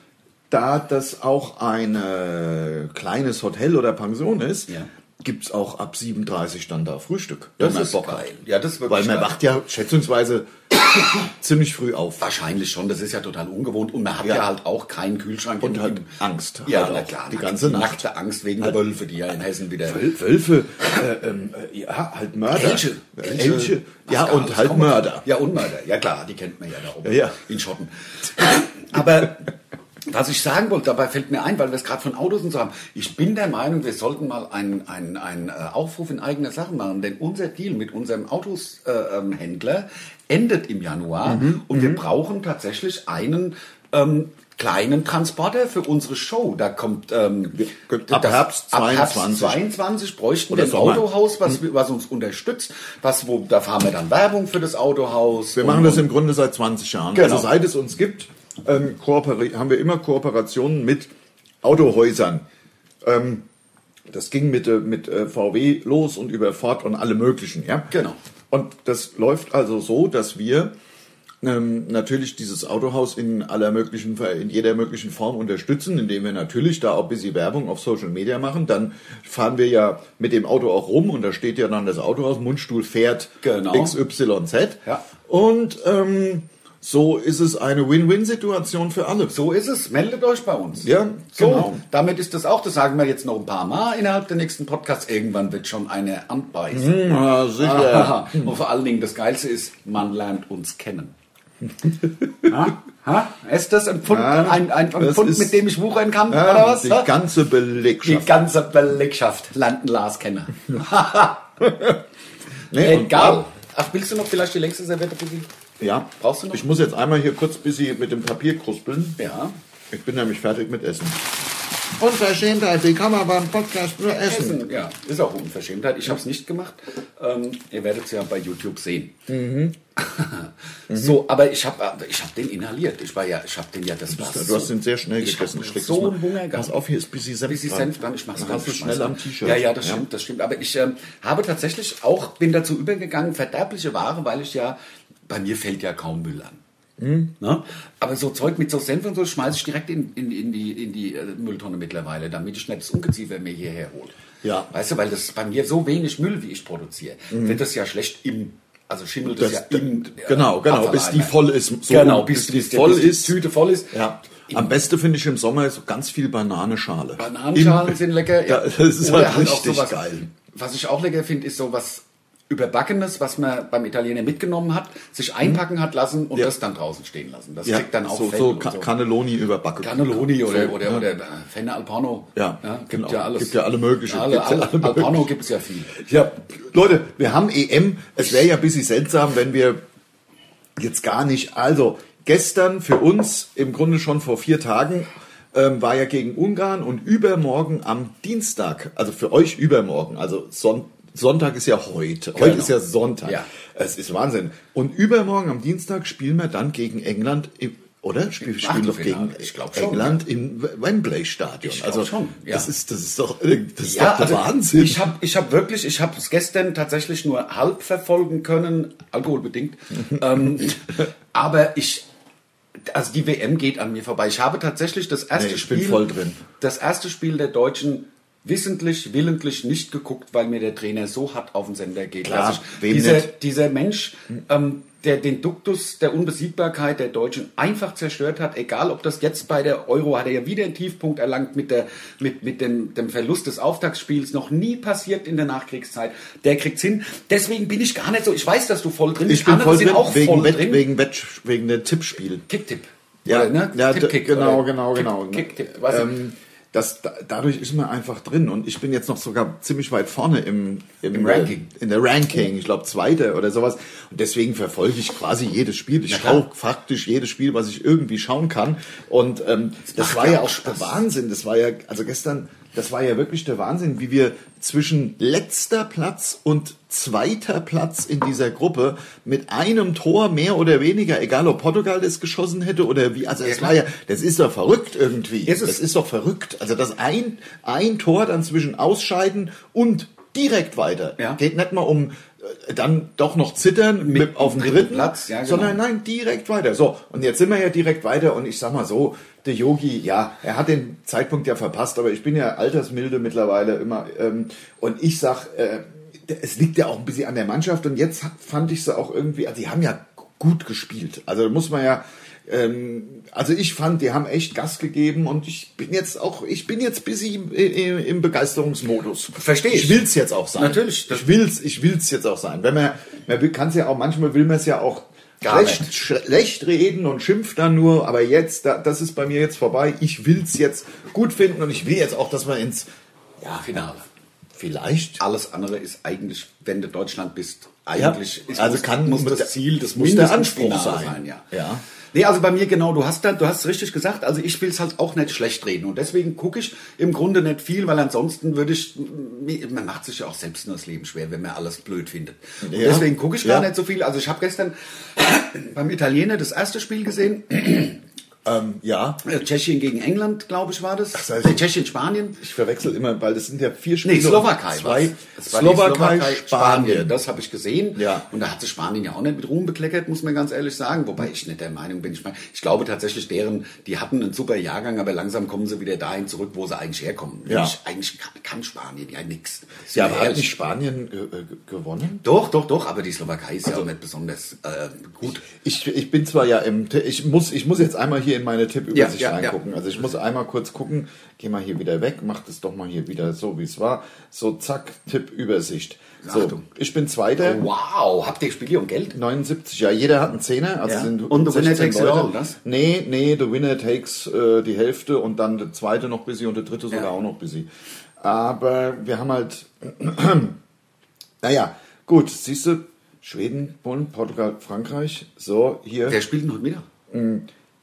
Speaker 2: da das auch ein äh, kleines Hotel oder Pension ist,
Speaker 3: Ja.
Speaker 2: gibt's auch ab 37 dann da Frühstück.
Speaker 3: Wenn man Bock hat. Ja, das ist
Speaker 2: Weil
Speaker 3: wirklich
Speaker 2: man
Speaker 3: geil.
Speaker 2: wacht ja schätzungsweise ziemlich früh auf.
Speaker 3: Wahrscheinlich schon, das ist ja total ungewohnt und man hat ja,
Speaker 2: Ja.
Speaker 3: halt auch keinen Kühlschrank.
Speaker 2: Und
Speaker 3: im-
Speaker 2: halt
Speaker 3: im-
Speaker 2: Angst.
Speaker 3: Ja,
Speaker 2: Halt
Speaker 3: na
Speaker 2: auch
Speaker 3: klar.
Speaker 2: die
Speaker 3: na-
Speaker 2: ganze Nacht. Halt.
Speaker 3: Nackte Angst wegen der Wölfe, die ja in Hessen wieder...
Speaker 2: Wöl- Wölfe, äh, ähm, äh, ja, halt Mörder.
Speaker 3: Elche.
Speaker 2: Elche. Ja,
Speaker 3: Was da
Speaker 2: und
Speaker 3: alles
Speaker 2: halt
Speaker 3: kommt.
Speaker 2: Mörder.
Speaker 3: Ja, und Mörder. Ja, klar, die kennt man ja da oben.
Speaker 2: Ja, ja.
Speaker 3: In Schotten. Aber was ich sagen wollte, dabei fällt mir ein, weil wir es gerade von Autos und so haben. Ich bin der Meinung, wir sollten mal einen ein, ein, äh, Aufruf in eigener Sache machen, denn unser Deal mit unserem Autoshändler äh, ähm, Händler endet im Januar
Speaker 2: Mhm,
Speaker 3: und wir brauchen tatsächlich einen. Ähm, kleinen Transporter für unsere Show. Da kommt ähm,
Speaker 2: könnten ab Herbst
Speaker 3: ab Herbst
Speaker 2: 22.
Speaker 3: 22 bräuchten
Speaker 2: Oder
Speaker 3: wir ein
Speaker 2: Sommer.
Speaker 3: Autohaus, was,
Speaker 2: Hm.
Speaker 3: wir- was uns unterstützt, was wo da fahren wir dann Werbung für das Autohaus.
Speaker 2: Wir
Speaker 3: und-
Speaker 2: machen das im Grunde seit 20 Jahren.
Speaker 3: Genau.
Speaker 2: Also seit es uns gibt, ähm, kooperi- haben wir immer Kooperationen mit Autohäusern. Ähm, das ging mit, äh, mit äh, VW los und über Ford und alle möglichen. Ja?
Speaker 3: Genau.
Speaker 2: Und das läuft also so, dass wir ähm, natürlich dieses Autohaus in aller möglichen, in jeder möglichen Form unterstützen, indem wir natürlich da auch ein bisschen Werbung auf Social Media machen. Dann fahren wir ja mit dem Auto auch rum und da steht ja dann das Autohaus, Mundstuhl fährt
Speaker 3: Genau.
Speaker 2: XYZ.
Speaker 3: Ja.
Speaker 2: Und ähm, so ist es eine Win-Win-Situation für alle.
Speaker 3: So ist es. Meldet euch bei uns.
Speaker 2: Ja,
Speaker 3: so.
Speaker 2: genau.
Speaker 3: Damit ist das auch. Das sagen wir jetzt noch ein paar Mal innerhalb der nächsten Podcasts. Irgendwann wird schon eine anbeißen.
Speaker 2: Hm, Ja,
Speaker 3: Aha. Und vor allen Dingen das Geilste ist, man lernt uns kennen. ha? Ha? Ist das ein Pfund,
Speaker 2: Ja,
Speaker 3: ein, ein, ein
Speaker 2: das
Speaker 3: Pfund
Speaker 2: ist-
Speaker 3: mit dem ich wuchern kann
Speaker 2: Ja,
Speaker 3: oder was?
Speaker 2: Die
Speaker 3: Ha?
Speaker 2: ganze
Speaker 3: Die
Speaker 2: Belegschaft.
Speaker 3: ganze Belegschaft lernt Lars kennen.
Speaker 2: Nee, und-
Speaker 3: Egal. Ach, willst du noch vielleicht die längste Serviette besiegen?
Speaker 2: Ja.
Speaker 3: Brauchst du noch?
Speaker 2: Ich muss jetzt einmal hier kurz bisschen mit dem Papier kruspeln.
Speaker 3: Ja.
Speaker 2: Ich bin nämlich fertig mit Essen. Unverschämtheit, die kann man beim Podcast nur
Speaker 3: Essen, ja, ist auch Unverschämtheit. Ich habe es nicht gemacht. Ähm, ihr werdet es ja bei YouTube sehen.
Speaker 2: Mhm.
Speaker 3: so, aber ich habe ich hab den inhaliert. Ich war ja, ich habe den ja, das war
Speaker 2: Du
Speaker 3: so-
Speaker 2: hast ihn sehr schnell
Speaker 3: ich
Speaker 2: gegessen.
Speaker 3: Ich
Speaker 2: Schläg das
Speaker 3: so
Speaker 2: mal.
Speaker 3: einen Hunger gehabt.
Speaker 2: Pass auf, hier ist bisschen Senf
Speaker 3: Bisschen
Speaker 2: dran.
Speaker 3: Senf dran. Ich mach's
Speaker 2: Dann
Speaker 3: ganz
Speaker 2: hast du schnell am T-Shirt.
Speaker 3: Ja, ja, das
Speaker 2: Ja.
Speaker 3: stimmt, das stimmt. Aber ich ähm, habe tatsächlich auch, bin dazu übergegangen, verderbliche Ware, weil ich ja, bei mir fällt ja kaum Müll an.
Speaker 2: Mhm.
Speaker 3: Ne? Aber so Zeug mit so Senf und so schmeiße ich direkt in, in, in die, in die äh, Mülltonne mittlerweile, damit ich nicht das Ungeziefer mir hierher hole.
Speaker 2: Ja. Mhm.
Speaker 3: Weißt du, weil das bei mir so wenig Müll, wie ich produziere, wird das ja schlecht im, also schimmelt das,
Speaker 2: Das,
Speaker 3: ja im. äh,
Speaker 2: genau, genau, bis die
Speaker 3: Abfalleimer.
Speaker 2: voll ist. So
Speaker 3: genau,
Speaker 2: rum,
Speaker 3: bis, bis,
Speaker 2: die voll
Speaker 3: bis
Speaker 2: ist.
Speaker 3: die Tüte voll ist.
Speaker 2: Ja. Am besten finde ich im Sommer so ganz viel Bananenschale.
Speaker 3: Bananenschalen
Speaker 2: Im-
Speaker 3: sind lecker.
Speaker 2: Ja, das ist
Speaker 3: Oder
Speaker 2: halt richtig
Speaker 3: sowas,
Speaker 2: geil.
Speaker 3: Was ich auch lecker finde, ist sowas Überbackenes, was man beim Italiener mitgenommen hat, sich einpacken hat lassen und
Speaker 2: Hm. Ja.
Speaker 3: das dann draußen stehen lassen. Das
Speaker 2: Ja,
Speaker 3: kriegt dann auch
Speaker 2: so,
Speaker 3: Fell
Speaker 2: so
Speaker 3: und
Speaker 2: Ca- Cannelloni überbacken.
Speaker 3: Cannelloni oder,
Speaker 2: So,
Speaker 3: oder,
Speaker 2: ja.
Speaker 3: oder äh, Fenne al Porno.
Speaker 2: Ja,
Speaker 3: gibt
Speaker 2: genau.
Speaker 3: ja alles.
Speaker 2: Gibt ja alle möglichen.
Speaker 3: Alle,
Speaker 2: Gibt's ja
Speaker 3: alle,
Speaker 2: alle
Speaker 3: al Porno
Speaker 2: möglichen.
Speaker 3: gibt es ja viel.
Speaker 2: Ja, Leute, wir haben EM. Es wäre ja ein bisschen seltsam, wenn wir jetzt gar nicht. Also, gestern für uns, im Grunde schon vor vier Tagen, ähm, war ja gegen Ungarn und übermorgen am Dienstag, also für euch übermorgen, also Son Sonntag ist ja heute. Heute
Speaker 3: Genau.
Speaker 2: ist ja Sonntag.
Speaker 3: Ja.
Speaker 2: Es ist Wahnsinn. Und übermorgen am Dienstag spielen wir dann gegen England im oder? Spiel, spielen doch
Speaker 3: Achtelfinale.
Speaker 2: gegen
Speaker 3: Ich glaub schon,
Speaker 2: England im Wembley-Stadion.
Speaker 3: Ich glaub
Speaker 2: Also
Speaker 3: schon, ja.
Speaker 2: das ist das ist doch, äh, das ist doch der
Speaker 3: also
Speaker 2: Wahnsinn.
Speaker 3: Ich habe ich hab wirklich, ich habe es gestern tatsächlich nur halb verfolgen können, alkoholbedingt.
Speaker 2: Mhm.
Speaker 3: ähm, aber ich, also die WM geht an mir vorbei. Ich habe tatsächlich das erste
Speaker 2: Nee, ich
Speaker 3: Spiel,
Speaker 2: bin voll drin.
Speaker 3: das erste Spiel der Deutschen wissentlich, willentlich nicht geguckt, weil mir der Trainer so hart auf den Sender geht.
Speaker 2: Klar,
Speaker 3: dass ich,
Speaker 2: wem
Speaker 3: dieser,
Speaker 2: nicht?
Speaker 3: dieser Mensch, ähm, der den Duktus der Unbesiegbarkeit der Deutschen einfach zerstört hat, egal ob das jetzt bei der Euro, hat er ja wieder einen Tiefpunkt erlangt mit, der, mit, mit dem, dem Verlust des Auftaktspiels, noch nie passiert in der Nachkriegszeit, der kriegt's hin. Deswegen bin ich gar nicht so, ich weiß, dass du voll drin
Speaker 2: Ich
Speaker 3: bist,
Speaker 2: bin
Speaker 3: andere
Speaker 2: voll
Speaker 3: sind
Speaker 2: drin,
Speaker 3: auch
Speaker 2: wegen,
Speaker 3: voll
Speaker 2: Wett-
Speaker 3: drin.
Speaker 2: wegen, Wett- wegen dem Tippspiel.
Speaker 3: Kick-Tipp.
Speaker 2: Ja,
Speaker 3: Oder, ne?
Speaker 2: ja d-
Speaker 3: Tipp-Kick,
Speaker 2: genau,
Speaker 3: oder?
Speaker 2: genau, genau.
Speaker 3: Kick, Kick-Tipp. Weißt du?
Speaker 2: ähm, das, da, dadurch ist man einfach drin und ich bin jetzt noch sogar ziemlich weit vorne im, im, äh,
Speaker 3: Im Ranking.
Speaker 2: In der Ranking, ich glaube Zweiter oder sowas. Und deswegen verfolge ich quasi jedes Spiel. Ich
Speaker 3: klar.
Speaker 2: schaue faktisch jedes Spiel, was ich irgendwie schauen kann. Und ähm, das
Speaker 3: macht
Speaker 2: war
Speaker 3: ja
Speaker 2: ja
Speaker 3: auch
Speaker 2: auch
Speaker 3: Spaß.
Speaker 2: Wahnsinn. Das war ja, also gestern, das war ja wirklich der Wahnsinn, wie wir zwischen letzter Platz und zweiter Platz in dieser Gruppe mit einem Tor mehr oder weniger, egal ob Portugal das geschossen hätte oder wie, also es
Speaker 3: klar.
Speaker 2: war ja, das ist doch verrückt irgendwie.
Speaker 3: Ist es.
Speaker 2: Das ist doch verrückt. Also das ein, ein Tor dann zwischen Ausscheiden und direkt weiter.
Speaker 3: Ja.
Speaker 2: Geht nicht mal um äh, dann doch noch zittern mit, auf dem dritten,
Speaker 3: Platz, ja, genau.
Speaker 2: sondern nein, direkt weiter. So, und jetzt sind wir ja direkt weiter und ich sag mal so, der Yogi, ja, er hat den Zeitpunkt ja verpasst, aber ich bin ja altersmilde mittlerweile immer. Ähm, und ich sag, äh, es liegt ja auch ein bisschen an der Mannschaft. Und jetzt fand ich sie auch irgendwie, also die haben ja gut gespielt. Also da muss man ja. Ähm, also ich fand, die haben echt Gas gegeben und ich bin jetzt auch, ich bin jetzt busy im, im, im Begeisterungsmodus.
Speaker 3: Versteh ich.
Speaker 2: Ich will's jetzt auch sein.
Speaker 3: Natürlich, das-
Speaker 2: Ich will's, ich will's jetzt auch sein. Wenn man, man kann es ja auch, manchmal will man es ja auch
Speaker 3: Gar
Speaker 2: schlecht, schlecht reden und schimpft dann nur, aber jetzt, da, das ist bei mir jetzt vorbei. Ich will's jetzt gut finden und ich will jetzt auch, dass man ins,
Speaker 3: Ja, Finale.
Speaker 2: vielleicht,
Speaker 3: Alles andere ist eigentlich, wenn du Deutschland bist, eigentlich
Speaker 2: Ja,
Speaker 3: es
Speaker 2: also
Speaker 3: muss,
Speaker 2: kann-
Speaker 3: muss
Speaker 2: muss der-
Speaker 3: das Ziel, das
Speaker 2: muss der
Speaker 3: Mindestfinale
Speaker 2: Anspruch sein.
Speaker 3: ja.
Speaker 2: Ja.
Speaker 3: Nee, also bei mir genau, du hast da, du hast richtig gesagt, also ich will es halt auch nicht schlecht reden und deswegen gucke ich im Grunde nicht viel, weil ansonsten würde ich, man macht sich ja auch selbst nur das Leben schwer, wenn man alles blöd findet. Und
Speaker 2: Ja.
Speaker 3: deswegen gucke ich gar
Speaker 2: Ja.
Speaker 3: nicht so viel, also ich habe gestern beim Italiener das erste Spiel gesehen,
Speaker 2: ähm, ja.
Speaker 3: äh, Tschechien gegen England, glaube ich, war das,
Speaker 2: das heißt-
Speaker 3: Nee, Tschechien, Spanien.
Speaker 2: Ich verwechsel immer, weil das sind ja vier Spiele.
Speaker 3: Nee, Slowakei.
Speaker 2: und Zwei,
Speaker 3: war's. Es war die
Speaker 2: Slowakei, Spanien.
Speaker 3: Das habe ich gesehen.
Speaker 2: Ja.
Speaker 3: Und da hat sich Spanien ja auch nicht mit Ruhm bekleckert, muss man ganz ehrlich sagen. Wobei ich nicht der Meinung bin. Ich, meine, ich glaube tatsächlich, deren, die hatten einen super Jahrgang, aber langsam kommen sie wieder dahin zurück, wo sie eigentlich herkommen.
Speaker 2: Ja.
Speaker 3: Nämlich, eigentlich kann, kann Spanien ja nichts.
Speaker 2: ja, aber hat nicht Spanien äh, äh, gewonnen?
Speaker 3: Doch, doch, doch, aber die Slowakei ist ja auch nicht besonders äh, gut.
Speaker 2: Ich, ich bin zwar ja im, Ti- ich muss, ich muss jetzt einmal hier in meine Tippübersicht
Speaker 3: Ja, ja, ja.
Speaker 2: reingucken. Also ich muss einmal kurz gucken, geh mal hier wieder weg, mach das doch mal hier wieder so, wie es war. So, zack, Tippübersicht. So,
Speaker 3: Achtung. Oh.
Speaker 2: ich bin Zweiter.
Speaker 3: Wow, habt ihr Spiele um Geld?
Speaker 2: 79, ja, jeder hat einen Zehner. Also
Speaker 3: Ja.
Speaker 2: sind
Speaker 3: Und the winner
Speaker 2: 16
Speaker 3: takes it
Speaker 2: Leute.
Speaker 3: all, das?
Speaker 2: Nee, nee, the winner takes äh, die Hälfte und dann der zweite noch busy und der dritte sogar
Speaker 3: Ja.
Speaker 2: auch noch busy. Aber wir haben halt, naja, gut, siehst du, Schweden, Polen, Portugal, Frankreich, so, hier.
Speaker 3: Wer spielt denn heute Mittag?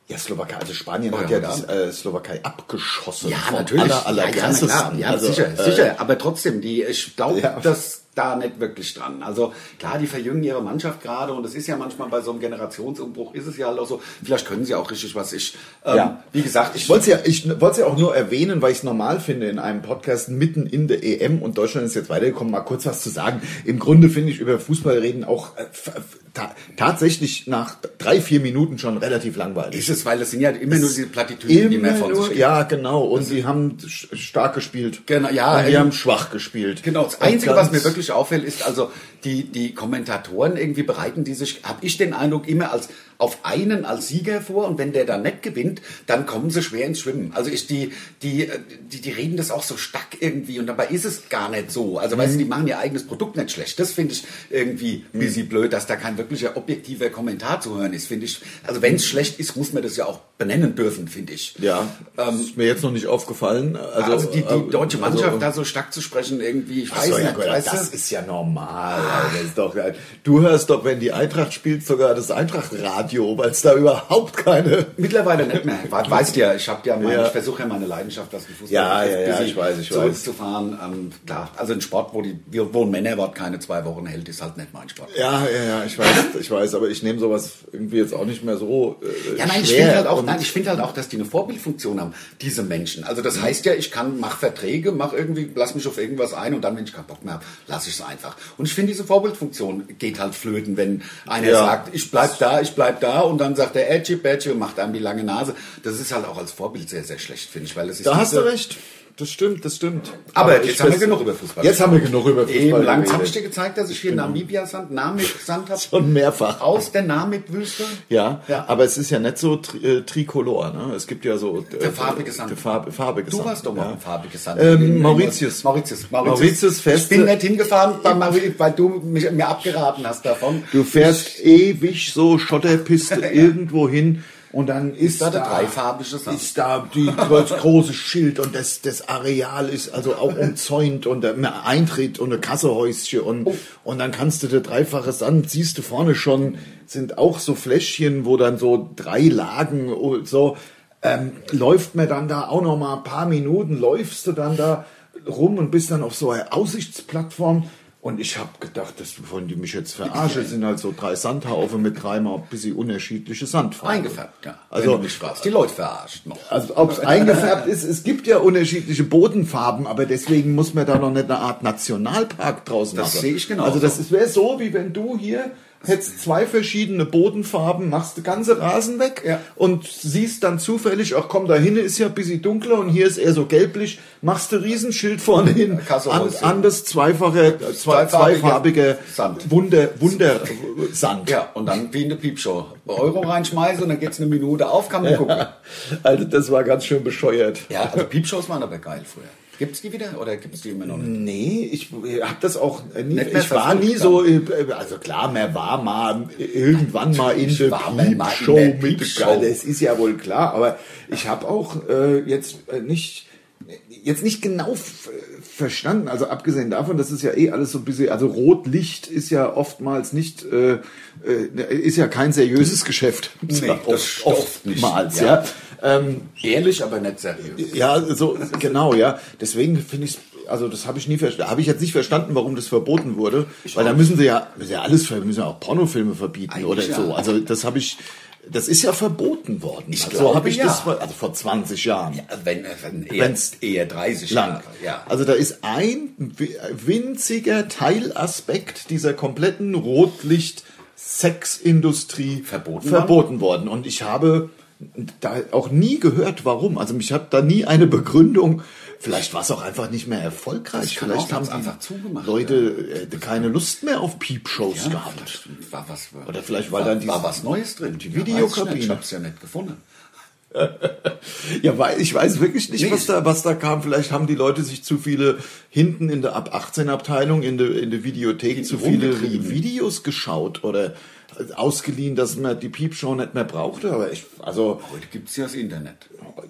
Speaker 2: Ja, Slowakei, also Spanien
Speaker 3: Oh,
Speaker 2: hat ja
Speaker 3: ja,
Speaker 2: die äh, Slowakei abgeschossen.
Speaker 3: Ja,
Speaker 2: vom
Speaker 3: natürlich.
Speaker 2: Aller, aller
Speaker 3: ja, ja, na klar. ja
Speaker 2: also,
Speaker 3: sicher,
Speaker 2: äh,
Speaker 3: sicher. Aber trotzdem, die, ich glaube,
Speaker 2: Ja.
Speaker 3: das da nicht wirklich dran. Also klar, die verjüngen ihre Mannschaft gerade und es ist ja manchmal bei so einem Generationsumbruch ist es ja halt auch so. Vielleicht können sie auch richtig was. Ich, ähm,
Speaker 2: Ja.
Speaker 3: wie gesagt,
Speaker 2: Ich
Speaker 3: ich
Speaker 2: wollte es ja, ich wollte es ja auch nur erwähnen, weil ich es normal finde, in einem Podcast mitten in der EM und Deutschland ist jetzt weitergekommen, mal kurz was zu sagen. Im Grunde finde ich über Fußball reden auch äh, f- f- ta tatsächlich nach drei, vier Minuten schon relativ langweilig.
Speaker 3: ist es, weil das sind ja immer nur diese Plattitüden, die man von sich gibt.
Speaker 2: ja, genau. Und sie haben sch- stark gespielt.
Speaker 3: Also Genau, ja,
Speaker 2: Und die
Speaker 3: eben.
Speaker 2: haben schwach gespielt.
Speaker 3: Genau, das
Speaker 2: Und
Speaker 3: Einzige, was
Speaker 2: ganz-
Speaker 3: mir wirklich auffällt, ist also, die, die Kommentatoren irgendwie bereiten die sich, habe ich den Eindruck, immer als auf einen als Sieger vor und wenn der dann nicht gewinnt, dann kommen sie schwer ins Schwimmen. Also ich, die, die, äh, die, die reden das auch so stark irgendwie und dabei ist es gar nicht so. Also
Speaker 2: Mhm.
Speaker 3: weißt du, die machen ihr eigenes Produkt nicht schlecht. Das finde ich irgendwie ein
Speaker 2: Mhm.
Speaker 3: bisschen blöd, dass da kein wirklicher objektiver Kommentar zu hören ist, finde ich. Also wenn es schlecht ist, muss man das ja auch benennen dürfen, finde ich.
Speaker 2: Ja, ist mir jetzt noch nicht aufgefallen. Ähm, Also,
Speaker 3: Also die,
Speaker 2: äh,
Speaker 3: die deutsche Mannschaft
Speaker 2: also,
Speaker 3: da so stark zu sprechen, irgendwie, ich weiß
Speaker 2: Ach so, ja,
Speaker 3: nicht,
Speaker 2: Gott,
Speaker 3: weißt
Speaker 2: das
Speaker 3: du?
Speaker 2: ist ja normal. Alter, Das ist doch, du hörst doch, wenn die Eintracht spielt, sogar das Eintracht-Radio, weil es da überhaupt keine.
Speaker 3: Mittlerweile nicht mehr. We- Weißt ja, ich habe ja, meine-
Speaker 2: Ja.
Speaker 3: ich versuche ja meine Leidenschaft aus dem Fußball
Speaker 2: Ja,
Speaker 3: jetzt
Speaker 2: ja, ja,
Speaker 3: busy
Speaker 2: ich weiß, ich
Speaker 3: zurückzufahren. Ähm, klar, also ein Sport, wo, die, wo ein Männerwort keine zwei Wochen hält, ist halt nicht mein Sport.
Speaker 2: Ja, ja, ja, ich weiß, ich weiß, aber ich nehme sowas irgendwie jetzt auch nicht mehr so. Äh,
Speaker 3: Ja, nein, ich
Speaker 2: schwer.
Speaker 3: finde halt auch,
Speaker 2: Und-
Speaker 3: nein, ich finde halt auch, dass die eine Vorbildfunktion haben, diese Menschen. Also das heißt ja, ich kann, mach Verträge, mach irgendwie, lass mich auf irgendwas ein und dann, wenn ich keinen Bock mehr habe, lass ich es einfach. Und ich finde, diese Vorbildfunktion geht halt flöten, wenn einer
Speaker 2: Ja.
Speaker 3: sagt, ich bleib da, ich bleib da und dann sagt der Edgy Badge und macht einem die lange Nase. Das ist halt auch als Vorbild sehr, sehr schlecht, finde ich, weil es ist
Speaker 2: Da hast du
Speaker 3: diese-
Speaker 2: recht. Das stimmt, das stimmt.
Speaker 3: Aber jetzt
Speaker 2: ich
Speaker 3: haben wir
Speaker 2: weiß-
Speaker 3: genug über Fußball.
Speaker 2: Jetzt haben wir genug über Fußball.
Speaker 3: Eben lang habe ich
Speaker 2: geredet.
Speaker 3: dir gezeigt, dass ich hier
Speaker 2: Genau.
Speaker 3: Namibia-Sand, Namib-Sand habe.
Speaker 2: Schon mehrfach.
Speaker 3: Aus der Namib-Wüste.
Speaker 2: Ja,
Speaker 3: Ja.
Speaker 2: aber es ist ja nicht so tri äh, tricolor. Ne? Es gibt ja so äh,
Speaker 3: Der farbige Sand.
Speaker 2: der Farbe, farbige
Speaker 3: Du
Speaker 2: Sand,
Speaker 3: warst doch
Speaker 2: ja.
Speaker 3: mal im farbigen Sand.
Speaker 2: Ähm, Mauritius.
Speaker 3: Mauritius.
Speaker 2: Mauritius fährst
Speaker 3: Ich bin
Speaker 2: du-
Speaker 3: nicht hingefahren, weil, Mauri- weil du mich, mir abgeraten hast davon.
Speaker 2: Du fährst ewig so Schotterpiste irgendwo hin und dann ist,
Speaker 3: da der dreifarbige Sand.
Speaker 2: Ist da die, das große Schild und das, das Areal ist also auch umzäunt und ein Eintritt und ein Kassehäuschen und,
Speaker 3: Oh.
Speaker 2: und dann kannst du der dreifache Sand, siehst du vorne schon, sind auch so Fläschchen, wo dann so drei Lagen und so, ähm, läuft mir dann da auch noch mal ein paar Minuten, läufst du dann da rum und bist dann auf so einer Aussichtsplattform. Und ich habe gedacht, dass wollen die mich jetzt verarschen. Es sind halt so drei Sandhaufen mit dreimal ein bisschen unterschiedliche Sandfarben.
Speaker 3: Eingefärbt, ja.
Speaker 2: Also-
Speaker 3: Wenn du mich fragst. Die Leute verarscht noch.
Speaker 2: Also ob es eingefärbt ist, es gibt ja unterschiedliche Bodenfarben, aber deswegen muss man da noch nicht eine Art Nationalpark draus machen.
Speaker 3: sehe ich genau
Speaker 2: Also das
Speaker 3: so.
Speaker 2: ist- wäre so, wie wenn du hier hättest zwei verschiedene Bodenfarben, machst den ganzen Rasen weg
Speaker 3: Ja.
Speaker 2: und siehst dann zufällig, ach komm, da hinten ist ja ein bisschen dunkler und hier ist eher so gelblich, machst du Riesenschild vorne hin, an,
Speaker 3: Kassohäuschen.
Speaker 2: anders zweifache, äh, zwei,
Speaker 3: Zweifarbiger
Speaker 2: zweifarbige
Speaker 3: Sand.
Speaker 2: Wunder, Wunder, Sand.
Speaker 3: Ja, und dann wie in der Piepshow. Euro reinschmeißen und dann geht's eine Minute auf, kann man gucken.
Speaker 2: Also das war ganz schön bescheuert.
Speaker 3: Ja, also Piepshows waren aber geil früher. Gibt's die wieder oder gibt's die immer noch nicht?
Speaker 2: Nee, ich habe das auch
Speaker 3: Nicht
Speaker 2: nie.
Speaker 3: mehr
Speaker 2: Ich war
Speaker 3: verfolgt
Speaker 2: nie so, äh, also klar, man war mal äh, irgendwann mal in der
Speaker 3: war man mal in
Speaker 2: Peep-Show
Speaker 3: der
Speaker 2: mit
Speaker 3: Peep-Show.
Speaker 2: Galle. Das ist ja wohl klar, aber ich habe auch äh, jetzt äh, nicht jetzt nicht genau f- verstanden. Also abgesehen davon, das ist ja eh alles so ein bisschen, also Rotlicht ist ja oftmals nicht, äh, äh, ist ja kein seriöses Geschäft.
Speaker 3: Nee, das oft nicht.
Speaker 2: oftmals,
Speaker 3: Ja.
Speaker 2: ja. Ähm,
Speaker 3: Ehrlich, aber nicht seriös.
Speaker 2: ja, so genau, ja. Deswegen finde ich, also das habe ich nie verstanden, habe ich jetzt nicht verstanden, warum das verboten wurde, weil da müssen sie ja, müssen ja alles, ver- müssen ja auch Pornofilme verbieten
Speaker 3: Eigentlich
Speaker 2: oder so.
Speaker 3: ja.
Speaker 2: Also das habe ich, das ist ja verboten worden. Ich also
Speaker 3: glaube,
Speaker 2: habe ich
Speaker 3: ja.
Speaker 2: das, ver- also vor 20 Jahren.
Speaker 3: Wenn, äh, wenn eher,
Speaker 2: Wenn's-
Speaker 3: eher 30
Speaker 2: Lang.
Speaker 3: Jahre. Ja.
Speaker 2: Also da ist ein wi- winziger Teilaspekt dieser kompletten Rotlicht-Sexindustrie
Speaker 3: Verboten
Speaker 2: verboten worden. Und ich habe da auch nie gehört, warum. Also mich hat da nie eine Begründung. Vielleicht war es auch einfach nicht mehr erfolgreich.
Speaker 3: Das kann
Speaker 2: Vielleicht
Speaker 3: auch, haben's
Speaker 2: haben die
Speaker 3: einfach zugemacht,
Speaker 2: Leute äh, keine Lust mehr auf Peepshows
Speaker 3: Ja,
Speaker 2: gehabt.
Speaker 3: vielleicht War was,
Speaker 2: Oder vielleicht war
Speaker 3: war,
Speaker 2: dann die-
Speaker 3: war was Neues drin. Die
Speaker 2: Videokabine.
Speaker 3: Ich hab's ja nicht gefunden.
Speaker 2: Ja, weil ich weiß wirklich nicht,
Speaker 3: Nee.
Speaker 2: was da was da kam. Vielleicht haben die Leute sich zu viele hinten in der ab 18 Abteilung in der in der Videothek zu viele
Speaker 3: rumgetrieben.
Speaker 2: Videos geschaut oder äh, ausgeliehen, dass man die Piepshow nicht mehr brauchte, aber ich also
Speaker 3: Heute gibt's ja das Internet.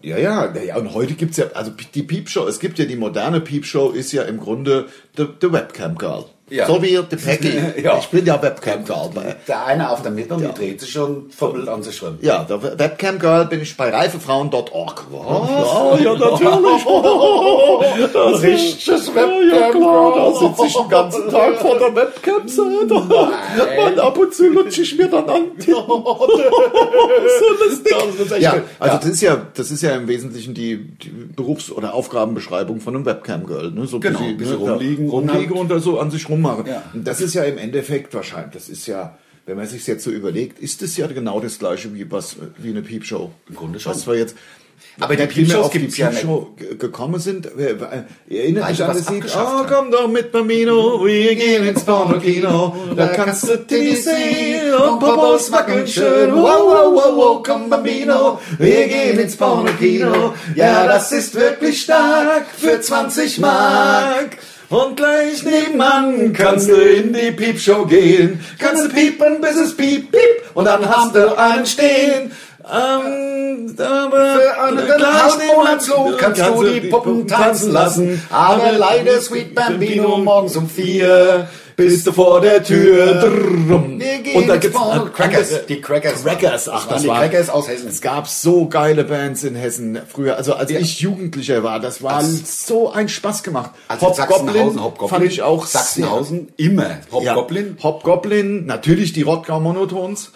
Speaker 2: ja ja, na ja und heute gibt's ja also die Piepshow, es gibt ja die moderne Piepshow ist ja im Grunde the, the Webcam Girl.
Speaker 3: Ja.
Speaker 2: So wie die Peggy.
Speaker 3: Ja.
Speaker 2: Ich bin ja Webcam Girl. Bei,
Speaker 3: Der eine auf der Mitte und die dreht sich schon verblüfft an sich rum.
Speaker 2: ja, der We- Webcam Girl bin ich bei reifefrauen.org. Was? Ja, ja, natürlich. Das
Speaker 3: richtiges
Speaker 2: Ja,
Speaker 3: Webcam
Speaker 2: klar,
Speaker 3: Girl.
Speaker 2: da sitze ich den ganzen Tag vor der Webcam-Seite und ab und zu lutsche ich mir dann an. die- so lustig. Ja, also das ist ja, das ist ja im Wesentlichen die, die Berufs- oder Aufgabenbeschreibung von einem Webcam-Girl. Ne? So ein
Speaker 3: Genau,
Speaker 2: bisschen,
Speaker 3: ein bisschen
Speaker 2: ne, da
Speaker 3: rumliegen und
Speaker 2: rumliegen und da so an sich rummachen.
Speaker 3: Ja.
Speaker 2: Und das ist ja im Endeffekt wahrscheinlich, das ist ja, wenn man sich jetzt so überlegt, ist es ja genau das gleiche wie was wie eine Peepshow. Im
Speaker 3: Grunde schon.
Speaker 2: Was wir jetzt
Speaker 3: Aber die
Speaker 2: wie wir
Speaker 3: Peepshows
Speaker 2: auf die
Speaker 3: gibt's ja nicht.
Speaker 2: Peepshow ge- gekommen sind, äh, äh, erinnert
Speaker 3: Weißt
Speaker 2: mich
Speaker 3: du,
Speaker 2: an
Speaker 3: was
Speaker 2: das Lied,
Speaker 3: abgeschafft
Speaker 2: oh
Speaker 3: haben?
Speaker 2: komm doch mit Bambino, wir gehen ins Pornokino, da kannst du Tennis sehen und Popos wackeln schön, wow, wow, wow, wow, komm Bambino, wir gehen ins Pornokino, ja das ist wirklich stark für 20 Mark. Und gleich nebenan kannst du in die Piepshow gehen, kannst du piepen bis es piep, piep, und dann hast du einen stehen. Ähm, aber
Speaker 3: Gleich nebenan so kannst du die Puppen tanzen lassen. Aber leider, Sweet Bambino, morgens um vier
Speaker 2: bist du vor der Tür. Drrrrum.
Speaker 3: Wir gehen
Speaker 2: Und da
Speaker 3: ins
Speaker 2: gibt's äh,
Speaker 3: Ball. Crackers. Die Crackers.
Speaker 2: Crackers, ach,
Speaker 3: Das waren
Speaker 2: das
Speaker 3: die
Speaker 2: war.
Speaker 3: Crackers aus Hessen.
Speaker 2: Es gab so geile Bands in Hessen früher. Also als ich Jugendlicher war, das war so ein Spaß gemacht.
Speaker 3: Also Sachsenhausen, Hopgoblin.
Speaker 2: fand ich auch
Speaker 3: Sachsenhausen immer.
Speaker 2: sehr-
Speaker 3: Hopgoblin.
Speaker 2: Ja, Hopgoblin, natürlich die Rottgau Monotons.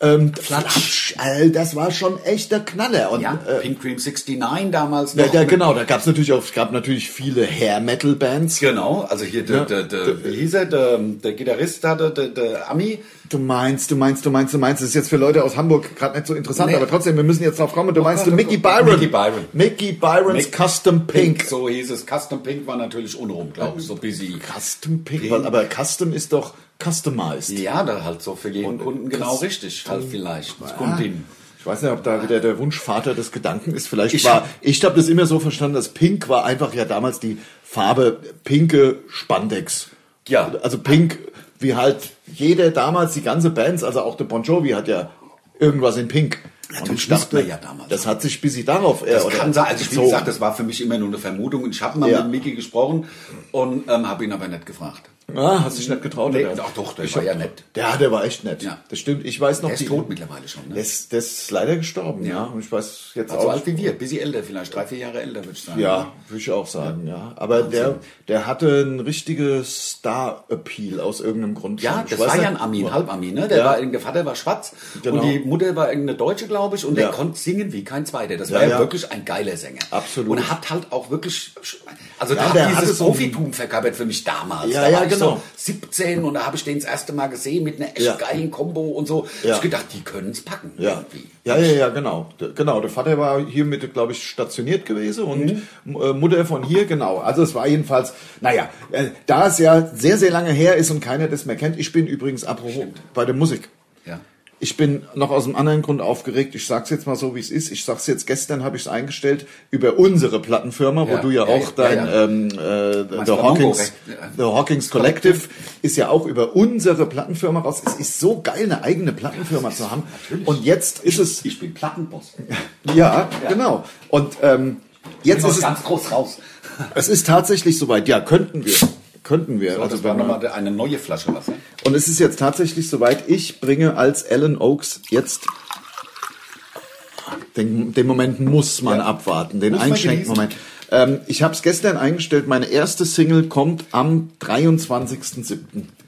Speaker 2: Ähm, Flatsch, all, das war schon echter Knaller. Und,
Speaker 3: Ja,
Speaker 2: äh,
Speaker 3: Pink Cream 69 damals
Speaker 2: ja,
Speaker 3: noch.
Speaker 2: ja,
Speaker 3: mit-
Speaker 2: genau, da gab es natürlich auch, es gab natürlich viele Hair-Metal-Bands.
Speaker 3: Genau, also hier der, der, der, wie hieß er, der, der Gitarrist hatte, der, der Ami,
Speaker 2: Du meinst, du meinst, du meinst, du meinst, das ist jetzt für Leute aus Hamburg gerade nicht so interessant,
Speaker 3: Nee.
Speaker 2: aber trotzdem, wir müssen jetzt drauf kommen. Du meinst
Speaker 3: Gott,
Speaker 2: du
Speaker 3: oh
Speaker 2: Mickey
Speaker 3: Gott.
Speaker 2: Byron.
Speaker 3: Mickey Byron.
Speaker 2: Mickey Byrons
Speaker 3: Mick-
Speaker 2: Custom Pink.
Speaker 3: Pink, so hieß es. Custom Pink war natürlich unrum, glaube ich, so busy.
Speaker 2: Custom Pink, Weil, aber Custom ist doch customized.
Speaker 3: Ja, da halt so für jeden Kunden genau
Speaker 2: Custom-
Speaker 3: richtig, halt vielleicht. als
Speaker 2: Ah,
Speaker 3: Kundin.
Speaker 2: Ich weiß nicht, ob da wieder der Wunschvater des Gedanken ist. Vielleicht
Speaker 3: Ich
Speaker 2: war,
Speaker 3: hab-
Speaker 2: ich habe das immer so verstanden, dass Pink war einfach ja damals die Farbe pinke Spandex.
Speaker 3: Ja.
Speaker 2: Also Pink, wie halt jeder damals, die ganze Bands, also auch der Bon Jovi hat ja irgendwas in Pink.
Speaker 3: das
Speaker 2: ich
Speaker 3: wusste man ja damals.
Speaker 2: Das hat sich bis sie darauf äh,
Speaker 3: Das kann sein. Also, wie gesagt, das war für mich immer nur eine Vermutung. Und ich habe mal
Speaker 2: Ja.
Speaker 3: mit Mickey gesprochen und ähm, habe ihn aber nicht gefragt.
Speaker 2: Ah, hast dich nicht getraut,
Speaker 3: Nee,
Speaker 2: oder?
Speaker 3: ach doch, der war ja nett.
Speaker 2: Ja, der war echt nett.
Speaker 3: Ja.
Speaker 2: Das stimmt. Ich weiß noch,
Speaker 3: Er ist
Speaker 2: die-
Speaker 3: tot mittlerweile schon.
Speaker 2: Der
Speaker 3: Ne?
Speaker 2: ist, der ist leider gestorben, ja. Und ich weiß jetzt
Speaker 3: So
Speaker 2: auch.
Speaker 3: alt wie wir, bisschen älter vielleicht, drei, vier Jahre älter würde ich sagen.
Speaker 2: Ja, würde ich auch sagen, ja. Aber der, der hatte einen richtigen Star-Appeal aus irgendeinem Grund. schon.
Speaker 3: Ja,
Speaker 2: Ich
Speaker 3: das
Speaker 2: weiß
Speaker 3: war ja ein
Speaker 2: nicht-
Speaker 3: Ami, ein Halbami, ne? Der,
Speaker 2: Ja.
Speaker 3: war, der Vater war schwarz
Speaker 2: Genau.
Speaker 3: und die Mutter war irgendeine Deutsche, glaube ich, und
Speaker 2: Ja.
Speaker 3: der konnte singen wie kein Zweiter. Das
Speaker 2: Ja,
Speaker 3: war ja,
Speaker 2: ja.
Speaker 3: wirklich ein geiler Sänger.
Speaker 2: Absolut.
Speaker 3: Und er hat halt auch wirklich, also
Speaker 2: Ja,
Speaker 3: der,
Speaker 2: der
Speaker 3: hat
Speaker 2: hatte
Speaker 3: dieses
Speaker 2: so ein-
Speaker 3: Profitum verkörpert für mich damals.
Speaker 2: Ja,
Speaker 3: da
Speaker 2: ja,
Speaker 3: war ich
Speaker 2: genau.
Speaker 3: so 17 und da habe ich den das erste Mal gesehen mit einer echt
Speaker 2: Ja.
Speaker 3: geilen Combo und so.
Speaker 2: Ja.
Speaker 3: Ich gedacht, die können es packen.
Speaker 2: Ja.
Speaker 3: irgendwie.
Speaker 2: ja, ja, ja, genau. D- Genau, der Vater war hier mit, glaube ich, stationiert gewesen und
Speaker 3: Mhm.
Speaker 2: M- äh, Mutter von hier, genau. Also es war jedenfalls, naja, äh, da es ja sehr, sehr lange her ist und keiner das mehr kennt. Ich bin übrigens apropos bei der Musik.
Speaker 3: Ja.
Speaker 2: Ich bin noch aus einem anderen Grund aufgeregt. Ich sag's jetzt mal so, wie es ist. Ich sag's jetzt gestern, habe ich's eingestellt über unsere Plattenfirma, wo
Speaker 3: Ja,
Speaker 2: du ja,
Speaker 3: ja,
Speaker 2: auch
Speaker 3: ja,
Speaker 2: dein
Speaker 3: ja.
Speaker 2: Ähm, äh, The,
Speaker 3: Mongo
Speaker 2: Hawkins,
Speaker 3: recht,
Speaker 2: The Hawkins Collective ist ja auch über unsere Plattenfirma raus. Es ist so geil, eine eigene Plattenfirma zu haben. Und jetzt ist es
Speaker 3: Ich bin Plattenboss.
Speaker 2: ja, genau. Und ähm, jetzt
Speaker 3: Jetzt ist
Speaker 2: ist es,
Speaker 3: ganz groß raus.
Speaker 2: es ist tatsächlich soweit. Ja, könnten wir, könnten wir.
Speaker 3: Also
Speaker 2: also
Speaker 3: das war
Speaker 2: wenn man-
Speaker 3: nochmal eine neue Flasche Wasser.
Speaker 2: und es ist jetzt tatsächlich soweit, ich bringe als Alan Oaks jetzt den, den Moment muss man abwarten, den
Speaker 3: Muss man
Speaker 2: Einschenkmoment. Ähm, ich habe es gestern eingestellt, meine erste Single kommt am 23.07.